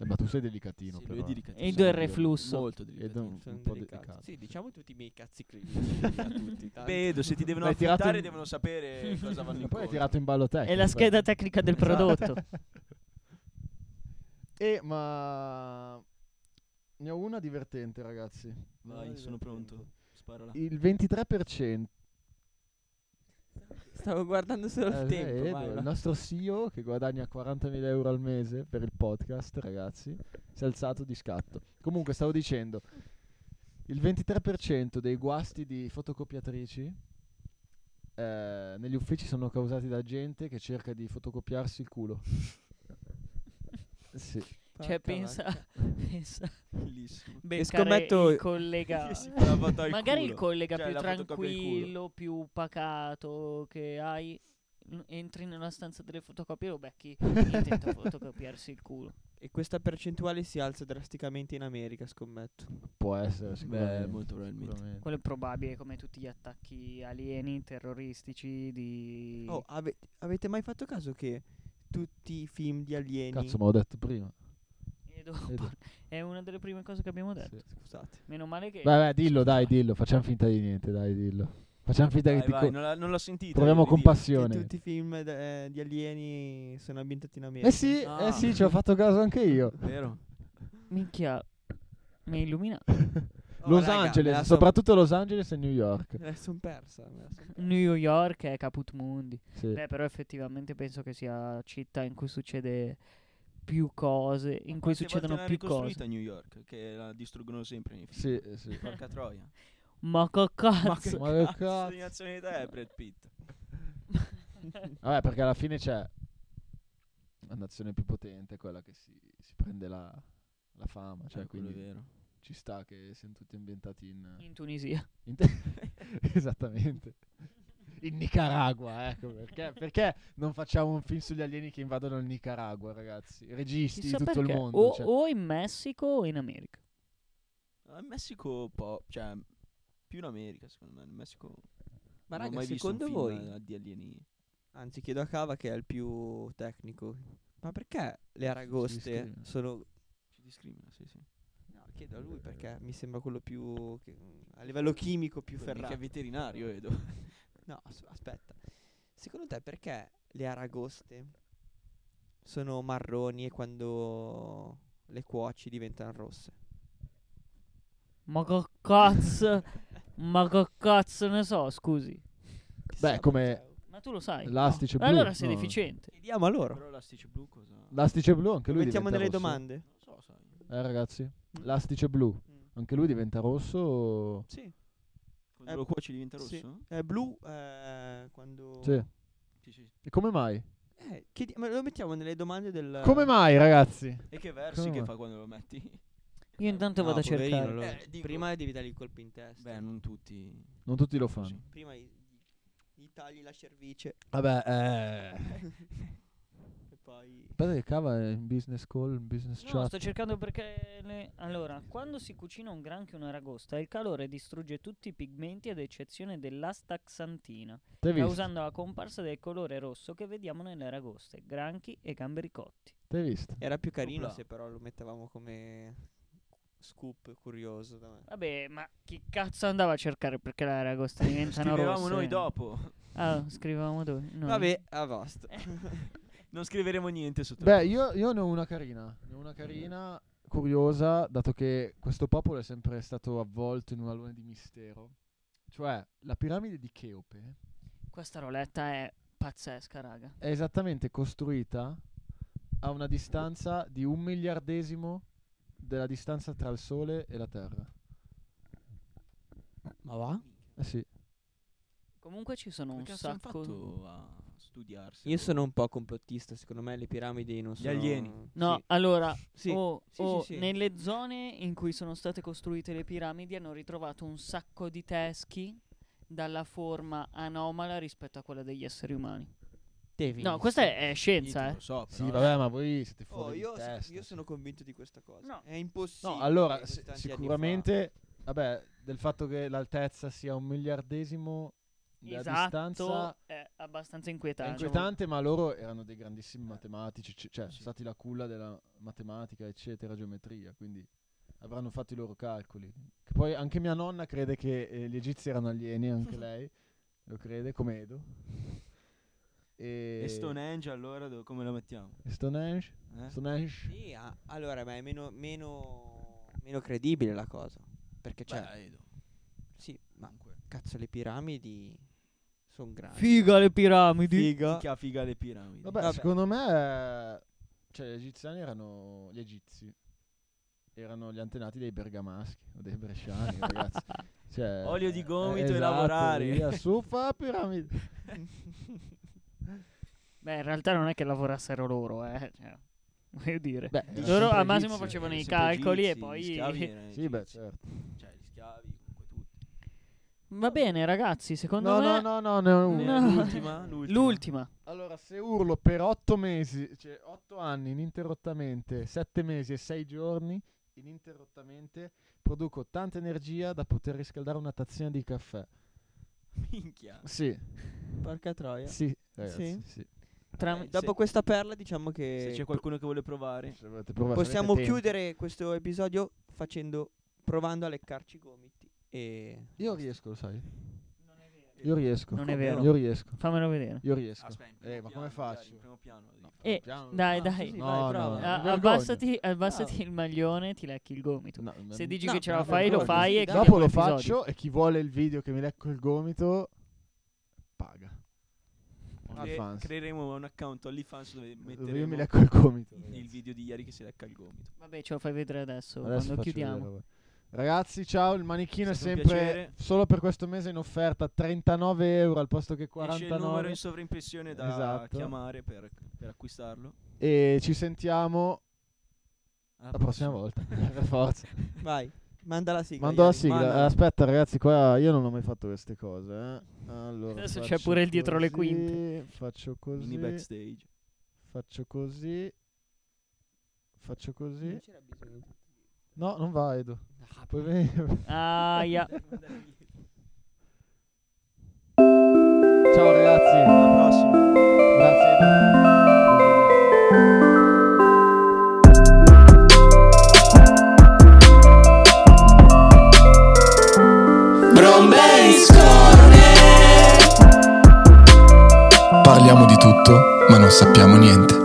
[SPEAKER 2] Eh, ma tu sei delicatino
[SPEAKER 3] Sì, lui
[SPEAKER 2] però.
[SPEAKER 3] è
[SPEAKER 2] eh.
[SPEAKER 3] delicato.
[SPEAKER 4] E due il
[SPEAKER 2] Sì,
[SPEAKER 4] reflusso.
[SPEAKER 3] Molto
[SPEAKER 2] Edo è
[SPEAKER 3] delicato.
[SPEAKER 2] un,
[SPEAKER 5] Sono
[SPEAKER 2] un po'
[SPEAKER 5] delicato.
[SPEAKER 2] delicato.
[SPEAKER 5] Sì, diciamo tutti i miei
[SPEAKER 2] <laughs>
[SPEAKER 5] cazzi clinici. a tutti. tanto.
[SPEAKER 3] Vedo, se ti devono
[SPEAKER 2] L'hai tirato
[SPEAKER 3] affrontare
[SPEAKER 2] in- <laughs>
[SPEAKER 3] devono sapere <laughs> cosa vanno
[SPEAKER 2] E
[SPEAKER 3] in
[SPEAKER 2] poi hai tirato in ballo te.
[SPEAKER 4] È la scheda tecnica del
[SPEAKER 3] Esatto.
[SPEAKER 4] prodotto.
[SPEAKER 2] E ma... Ne ho una divertente ragazzi. Ne ho
[SPEAKER 3] Vai,
[SPEAKER 2] una
[SPEAKER 3] sono
[SPEAKER 2] divertente.
[SPEAKER 3] pronto. Sparola.
[SPEAKER 2] Il 23%.
[SPEAKER 5] Stavo guardando solo
[SPEAKER 2] Eh,
[SPEAKER 5] il tempo.
[SPEAKER 2] eh,
[SPEAKER 5] vai,
[SPEAKER 2] il
[SPEAKER 5] va.
[SPEAKER 2] nostro CEO che guadagna 40.000 euro al mese per il podcast, ragazzi, si è alzato di scatto. Comunque, stavo dicendo, il 23% dei guasti di fotocopiatrici eh, negli uffici sono causati da gente che cerca di fotocopiarsi il
[SPEAKER 3] <laughs>
[SPEAKER 2] culo. sì.
[SPEAKER 4] Cioè,
[SPEAKER 5] Porca
[SPEAKER 4] pensa, <laughs> pensa
[SPEAKER 3] Bellissimo.
[SPEAKER 4] beccare
[SPEAKER 5] scommetto-
[SPEAKER 4] il
[SPEAKER 3] <laughs>
[SPEAKER 4] collega.
[SPEAKER 3] Che si fa la foto al
[SPEAKER 4] Magari il
[SPEAKER 3] culo.
[SPEAKER 4] collega
[SPEAKER 3] Cioè,
[SPEAKER 4] più
[SPEAKER 3] la fotocopia al culo.
[SPEAKER 4] tranquillo, più pacato che hai, n- entri nella stanza delle fotocopie e lo becchi intenta fotocopiarsi il culo.
[SPEAKER 5] E questa percentuale si alza drasticamente in America, scommetto.
[SPEAKER 2] Può essere, sicuramente.
[SPEAKER 3] Beh, molto probabilmente.
[SPEAKER 2] sicuramente.
[SPEAKER 4] Quello è probabile come tutti gli attacchi alieni, terroristici, di...
[SPEAKER 5] Oh, ave- avete mai fatto caso che tutti i film di alieni...
[SPEAKER 2] Cazzo, ma l'ho detto prima.
[SPEAKER 4] E dopo-
[SPEAKER 2] Edo.
[SPEAKER 4] è una delle prime cose che abbiamo detto.
[SPEAKER 2] Sì.
[SPEAKER 5] Scusate.
[SPEAKER 4] Meno male che...
[SPEAKER 2] Vabbè, dillo, dai, dillo, facciamo finta di niente, dai, dillo. Facciamo finta
[SPEAKER 3] Vai,
[SPEAKER 2] che ti...
[SPEAKER 3] vai,
[SPEAKER 2] co-
[SPEAKER 3] non, la- non l'ho sentita.
[SPEAKER 2] proviamo
[SPEAKER 3] devi
[SPEAKER 2] con
[SPEAKER 3] dire.
[SPEAKER 5] Che
[SPEAKER 2] passione.
[SPEAKER 5] tutti i film de- di alieni sono ambientati in America.
[SPEAKER 2] Eh sì,
[SPEAKER 3] Ah.
[SPEAKER 2] eh sì, ci ho fatto caso anche io.
[SPEAKER 3] Vero?
[SPEAKER 4] Minchia, mi hai illuminato.
[SPEAKER 5] Oh,
[SPEAKER 2] Los
[SPEAKER 5] raga, me
[SPEAKER 2] Angeles,
[SPEAKER 5] la son-
[SPEAKER 2] soprattutto Los Angeles e New York.
[SPEAKER 5] Me la son persa. me la son persa.
[SPEAKER 4] New York è Caput Mundi.
[SPEAKER 2] Sì.
[SPEAKER 4] Beh, però effettivamente penso che sia città in cui succede più cose,
[SPEAKER 3] Quante
[SPEAKER 4] in cui
[SPEAKER 3] volte
[SPEAKER 4] succedono
[SPEAKER 3] l'hanno
[SPEAKER 4] più
[SPEAKER 3] ricostruita
[SPEAKER 4] cose.
[SPEAKER 3] a New York, che la distruggono sempre nei film.
[SPEAKER 2] Sì, eh, sì.
[SPEAKER 3] Porca troia.
[SPEAKER 4] Ma che
[SPEAKER 3] <laughs>
[SPEAKER 4] cazzo?
[SPEAKER 2] Ma che
[SPEAKER 3] Cazzo
[SPEAKER 2] cazzo.
[SPEAKER 3] di nazionalità è Brad Pitt?
[SPEAKER 2] Vabbè, perché alla fine c'è la nazione più potente, quella che si, si prende la, la fama. Cioè,
[SPEAKER 3] Eh, quello è
[SPEAKER 2] quindi
[SPEAKER 3] vero.
[SPEAKER 2] ci sta che siano tutti ambientati in.
[SPEAKER 4] In Tunisia.
[SPEAKER 2] in te- <laughs> Esattamente. In Nicaragua, ecco perché, perché non facciamo un film sugli alieni che invadono il Nicaragua, ragazzi? Registi di
[SPEAKER 4] Chissà
[SPEAKER 2] tutto il
[SPEAKER 4] perché. Oh,
[SPEAKER 2] mondo.
[SPEAKER 4] o,
[SPEAKER 2] cioè.
[SPEAKER 4] o in Messico o in America.
[SPEAKER 3] Ah, in Messico po', cioè più in America, secondo me. In Messico
[SPEAKER 5] Ma
[SPEAKER 3] non ho
[SPEAKER 5] raga,
[SPEAKER 3] mai visto un
[SPEAKER 5] secondo
[SPEAKER 3] film,
[SPEAKER 5] voi...
[SPEAKER 3] eh, di alieni.
[SPEAKER 5] Anzi, chiedo a Cava che è il più tecnico. Ma perché le aragoste
[SPEAKER 2] discrimina.
[SPEAKER 5] sono...
[SPEAKER 3] Ci discrimina, sì, sì.
[SPEAKER 5] No, chiedo a lui perché mi sembra quello più... che- mm, a livello chimico più
[SPEAKER 3] Quello mica è
[SPEAKER 5] ferrato.
[SPEAKER 3] veterinario, eh, vedo.
[SPEAKER 5] No, as- aspetta. Secondo te perché le aragoste sono marroni e quando le cuoci diventano rosse?
[SPEAKER 4] Ma che
[SPEAKER 2] <laughs>
[SPEAKER 4] cazzo? Ma che cazzo ne so, scusi.
[SPEAKER 5] Chissà,
[SPEAKER 2] come-
[SPEAKER 5] perché-
[SPEAKER 4] Ma tu lo sai.
[SPEAKER 2] L'astice blu.
[SPEAKER 4] allora sei
[SPEAKER 2] no.
[SPEAKER 4] deficiente.
[SPEAKER 5] Chiediamo a loro.
[SPEAKER 3] Però l'astice blu cosa?
[SPEAKER 2] L'astice blu, anche lui.
[SPEAKER 5] Mettiamo delle
[SPEAKER 2] diventa rosso.
[SPEAKER 5] domande.
[SPEAKER 3] Non so, sai.
[SPEAKER 2] Eh, ragazzi, l'astice blu,
[SPEAKER 5] Mm.
[SPEAKER 2] anche lui diventa rosso.
[SPEAKER 4] Oh.
[SPEAKER 2] o-
[SPEAKER 5] Sì,
[SPEAKER 3] Quando
[SPEAKER 5] Eh,
[SPEAKER 3] lo cuoci diventa rosso?
[SPEAKER 5] sì. è blu eh, quando...
[SPEAKER 2] Sì.
[SPEAKER 3] Sì, sì.
[SPEAKER 2] E come mai?
[SPEAKER 5] Eh, chiedi- ma lo mettiamo nelle domande del...
[SPEAKER 2] Come mai, ragazzi?
[SPEAKER 3] E che versi
[SPEAKER 2] Come
[SPEAKER 3] che
[SPEAKER 2] va?
[SPEAKER 3] fa quando lo metti?
[SPEAKER 4] Io intanto
[SPEAKER 5] No,
[SPEAKER 4] vado a
[SPEAKER 5] poverino,
[SPEAKER 4] cercare.
[SPEAKER 5] lo-
[SPEAKER 3] Eh, dico-
[SPEAKER 5] Prima devi dargli il colpo in testa.
[SPEAKER 3] Beh, non tutti.
[SPEAKER 2] Non tutti lo fanno.
[SPEAKER 5] Prima gli, gli tagli la cervice
[SPEAKER 2] Vabbè, eh.
[SPEAKER 5] e poi...
[SPEAKER 2] Aspetta che cava è in business call, in business
[SPEAKER 4] No,
[SPEAKER 2] chat.
[SPEAKER 4] sto cercando perché. le- Allora, quando si cucina un granchio o un'aragosta, il calore distrugge tutti i pigmenti ad eccezione dell'astaxantina,
[SPEAKER 2] T'hai visto?
[SPEAKER 4] causando la comparsa del colore rosso che vediamo nelle aragoste, granchi e gamberi cotti.
[SPEAKER 2] T'hai visto?
[SPEAKER 5] Era più carino
[SPEAKER 3] Opla.
[SPEAKER 5] se però lo mettevamo come scoop curioso da me.
[SPEAKER 4] Vabbè, ma chi cazzo andava a cercare perché le aragoste diventano
[SPEAKER 3] Scrivevamo
[SPEAKER 4] rosse?
[SPEAKER 2] eh.
[SPEAKER 3] noi dopo.
[SPEAKER 4] Ah, scrivevamo dove? Noi.
[SPEAKER 5] Vabbè, a posto.
[SPEAKER 4] Eh,
[SPEAKER 3] Non scriveremo niente sotto.
[SPEAKER 2] Beh, io, io ne ho una carina. Ne ho una carina, curiosa, dato che questo popolo è sempre stato avvolto in un alone di mistero. Cioè, la piramide di Cheope
[SPEAKER 4] Questa roletta è pazzesca, raga.
[SPEAKER 2] è esattamente costruita a una distanza di un miliardesimo della distanza tra il Sole e la Terra.
[SPEAKER 5] Ma va?
[SPEAKER 2] Eh sì.
[SPEAKER 4] Comunque ci sono
[SPEAKER 3] Come
[SPEAKER 4] un
[SPEAKER 3] cazzo hanno
[SPEAKER 4] sacco.
[SPEAKER 3] fatto a studiarsi?
[SPEAKER 5] Io sono un po' complottista, secondo me le piramidi non sono...
[SPEAKER 3] alieni.
[SPEAKER 4] No, Oh.
[SPEAKER 5] Sì.
[SPEAKER 4] allora,
[SPEAKER 5] Sì.
[SPEAKER 4] o-
[SPEAKER 5] Sì,
[SPEAKER 4] o
[SPEAKER 5] sì, sì.
[SPEAKER 4] nelle zone in cui sono state costruite le piramidi hanno ritrovato un sacco di teschi dalla forma anomala rispetto a quella degli esseri umani.
[SPEAKER 5] Devi.
[SPEAKER 4] No, questa è, è
[SPEAKER 3] Io
[SPEAKER 4] scienza,
[SPEAKER 3] te
[SPEAKER 4] eh.
[SPEAKER 3] Lo so,
[SPEAKER 2] Sì,
[SPEAKER 3] però,
[SPEAKER 2] vabbè, ma voi siete fuori
[SPEAKER 5] Oh,
[SPEAKER 2] di
[SPEAKER 5] io, so-
[SPEAKER 2] testa,
[SPEAKER 5] io
[SPEAKER 2] sì.
[SPEAKER 5] sono convinto di questa cosa.
[SPEAKER 4] No.
[SPEAKER 5] È impossibile.
[SPEAKER 2] No, allora,
[SPEAKER 5] così
[SPEAKER 2] se-
[SPEAKER 5] tanti anni
[SPEAKER 2] sicuramente, vabbè, del fatto che l'altezza sia un miliardesimo della distanza
[SPEAKER 4] Esatto, è abbastanza
[SPEAKER 2] è
[SPEAKER 4] inquietante. diciamo.
[SPEAKER 2] inquietante, ma loro erano dei grandissimi matematici, c- cioè sono
[SPEAKER 3] Sì.
[SPEAKER 2] stati la culla della matematica, eccetera, geometria, quindi avranno fatto i loro calcoli. Che poi anche mia nonna crede che eh, gli egizi erano alieni, anche lei lo crede, come Edo. E,
[SPEAKER 3] E Stonehenge allora dove- come lo mettiamo?
[SPEAKER 2] e Stonehenge?
[SPEAKER 3] Eh?
[SPEAKER 5] fa.
[SPEAKER 2] Stonehenge?
[SPEAKER 5] Sì, ah, allora, ma è meno, meno, meno credibile la cosa. Perché, cioè,
[SPEAKER 3] Beh, eh. Edo,
[SPEAKER 5] sì, ma
[SPEAKER 3] comunque.
[SPEAKER 5] cazzo, le piramidi sono grandi.
[SPEAKER 4] Figa le piramidi.
[SPEAKER 5] Figa.
[SPEAKER 3] Chi ha figa le piramidi?
[SPEAKER 2] Vabbè,
[SPEAKER 5] Vabbè.
[SPEAKER 2] secondo me, eh, cioè, gli egiziani erano gli egizi, erano gli antenati dei bergamaschi o dei <laughs> bresciani, ragazzi. Cioè,
[SPEAKER 3] Olio di gomito e
[SPEAKER 2] esatto,
[SPEAKER 3] lavorare.
[SPEAKER 2] Via, su, fa <laughs> piramide.
[SPEAKER 4] Beh, in realtà non è che lavorassero loro, eh. cioè, <laughs> voglio dire.
[SPEAKER 2] Beh,
[SPEAKER 3] Era
[SPEAKER 4] loro
[SPEAKER 2] sempre
[SPEAKER 4] al massimo
[SPEAKER 2] egizi.
[SPEAKER 4] facevano i
[SPEAKER 3] sempre
[SPEAKER 4] calcoli e
[SPEAKER 3] egizi,
[SPEAKER 4] poi-
[SPEAKER 3] Gli schiavi erano
[SPEAKER 2] Sì, beh,
[SPEAKER 3] egizi.
[SPEAKER 2] certo.
[SPEAKER 3] Cioè, gli schiavi, comunque tutti.
[SPEAKER 4] Va bene, ragazzi, secondo
[SPEAKER 2] No,
[SPEAKER 4] me
[SPEAKER 2] no, no, no, ne ho
[SPEAKER 4] No.
[SPEAKER 2] uno.
[SPEAKER 3] Eh,
[SPEAKER 4] <laughs>
[SPEAKER 3] L'ultima, l'ultima.
[SPEAKER 4] l'ultima.
[SPEAKER 2] Allora, se urlo per otto mesi, cioè otto anni ininterrottamente, sette mesi e sei giorni ininterrottamente, produco tanta energia da poter riscaldare una tazzina di caffè.
[SPEAKER 3] Minchia.
[SPEAKER 2] Sì,
[SPEAKER 5] Porca troia.
[SPEAKER 2] sì, ragazzi,
[SPEAKER 5] Sì?
[SPEAKER 2] sì.
[SPEAKER 4] Tra-
[SPEAKER 3] Eh,
[SPEAKER 5] Dopo
[SPEAKER 3] se-
[SPEAKER 5] questa perla, diciamo
[SPEAKER 2] Eh,
[SPEAKER 3] Se
[SPEAKER 5] che
[SPEAKER 3] c'è qualcuno che vuole provare,
[SPEAKER 2] Se volete provare,
[SPEAKER 5] possiamo
[SPEAKER 2] avete tempo.
[SPEAKER 5] chiudere questo episodio facendo, provando a leccarci i gomiti. E
[SPEAKER 2] Io riesco, lo sai. Io riesco.
[SPEAKER 4] Non è vero.
[SPEAKER 2] Io riesco.
[SPEAKER 4] Fammelo vedere.
[SPEAKER 2] Io riesco.
[SPEAKER 3] Aspetta, in
[SPEAKER 2] Eh,
[SPEAKER 3] primo
[SPEAKER 2] ma
[SPEAKER 3] piano,
[SPEAKER 2] come
[SPEAKER 3] magari,
[SPEAKER 2] faccio?
[SPEAKER 3] in primo piano, lo dico.
[SPEAKER 4] Eh,
[SPEAKER 2] piano.
[SPEAKER 4] dai,
[SPEAKER 5] Ah,
[SPEAKER 4] dai.
[SPEAKER 5] sì, sì,
[SPEAKER 2] No,
[SPEAKER 5] vai,
[SPEAKER 2] no,
[SPEAKER 5] prova.
[SPEAKER 2] Mi
[SPEAKER 4] A-
[SPEAKER 2] vergogno.
[SPEAKER 4] abbassati abbassati il maglione, ti lecchi il gomito.
[SPEAKER 2] Mm, No,
[SPEAKER 4] Se
[SPEAKER 2] mi-
[SPEAKER 4] dici
[SPEAKER 5] No,
[SPEAKER 4] che ce
[SPEAKER 5] no,
[SPEAKER 4] la fai, lo
[SPEAKER 5] vergogno, sì,
[SPEAKER 4] fai e
[SPEAKER 5] dai.
[SPEAKER 4] chiudiamo
[SPEAKER 2] Dopo lo
[SPEAKER 4] l'episodio.
[SPEAKER 2] faccio e chi vuole il video che mi lecco il gomito paga.
[SPEAKER 3] Cre-
[SPEAKER 2] Alfans.
[SPEAKER 3] creeremo un account OnlyFans dove
[SPEAKER 2] Dove
[SPEAKER 3] metteremo
[SPEAKER 2] Io mi lecco il gomito.
[SPEAKER 3] il- il video di ieri che si lecca il gomito.
[SPEAKER 4] Vabbè, ce lo fai vedere adesso,
[SPEAKER 2] Adesso
[SPEAKER 4] quando
[SPEAKER 2] faccio
[SPEAKER 4] chiudiamo.
[SPEAKER 2] vedere, vabbè. Ragazzi, ciao, il manichino
[SPEAKER 3] È
[SPEAKER 2] è,
[SPEAKER 3] stato un
[SPEAKER 2] sempre
[SPEAKER 3] piacere.
[SPEAKER 2] solo per questo mese in offerta 39 euro al posto che
[SPEAKER 3] Esce il numero
[SPEAKER 2] 49
[SPEAKER 3] in sovrimpressione da
[SPEAKER 2] Esatto.
[SPEAKER 3] chiamare per, per acquistarlo.
[SPEAKER 2] e ci sentiamo la prossima volta. <laughs> per forza.
[SPEAKER 5] Vai, manda la sigla.
[SPEAKER 2] Mando la
[SPEAKER 5] Iari.
[SPEAKER 2] sigla.
[SPEAKER 3] mandala.
[SPEAKER 2] Aspetta, ragazzi, qua io non ho mai fatto queste cose. eh. Allora,
[SPEAKER 4] Adesso c'è
[SPEAKER 2] faccio
[SPEAKER 4] pure il dietro le
[SPEAKER 2] così,
[SPEAKER 4] quinte.
[SPEAKER 2] Faccio
[SPEAKER 3] <laughs> Mini
[SPEAKER 2] così.
[SPEAKER 3] backstage.
[SPEAKER 2] Faccio così. Faccio
[SPEAKER 5] Non
[SPEAKER 2] così.
[SPEAKER 5] c'era bisogno di tutto.
[SPEAKER 2] No, non va Edo.
[SPEAKER 5] Ah,
[SPEAKER 2] Puoi venire.
[SPEAKER 4] Aia.
[SPEAKER 2] Ciao ragazzi.
[SPEAKER 3] Alla prossima.
[SPEAKER 2] Grazie Edo.
[SPEAKER 1] Parliamo di tutto, ma non sappiamo niente.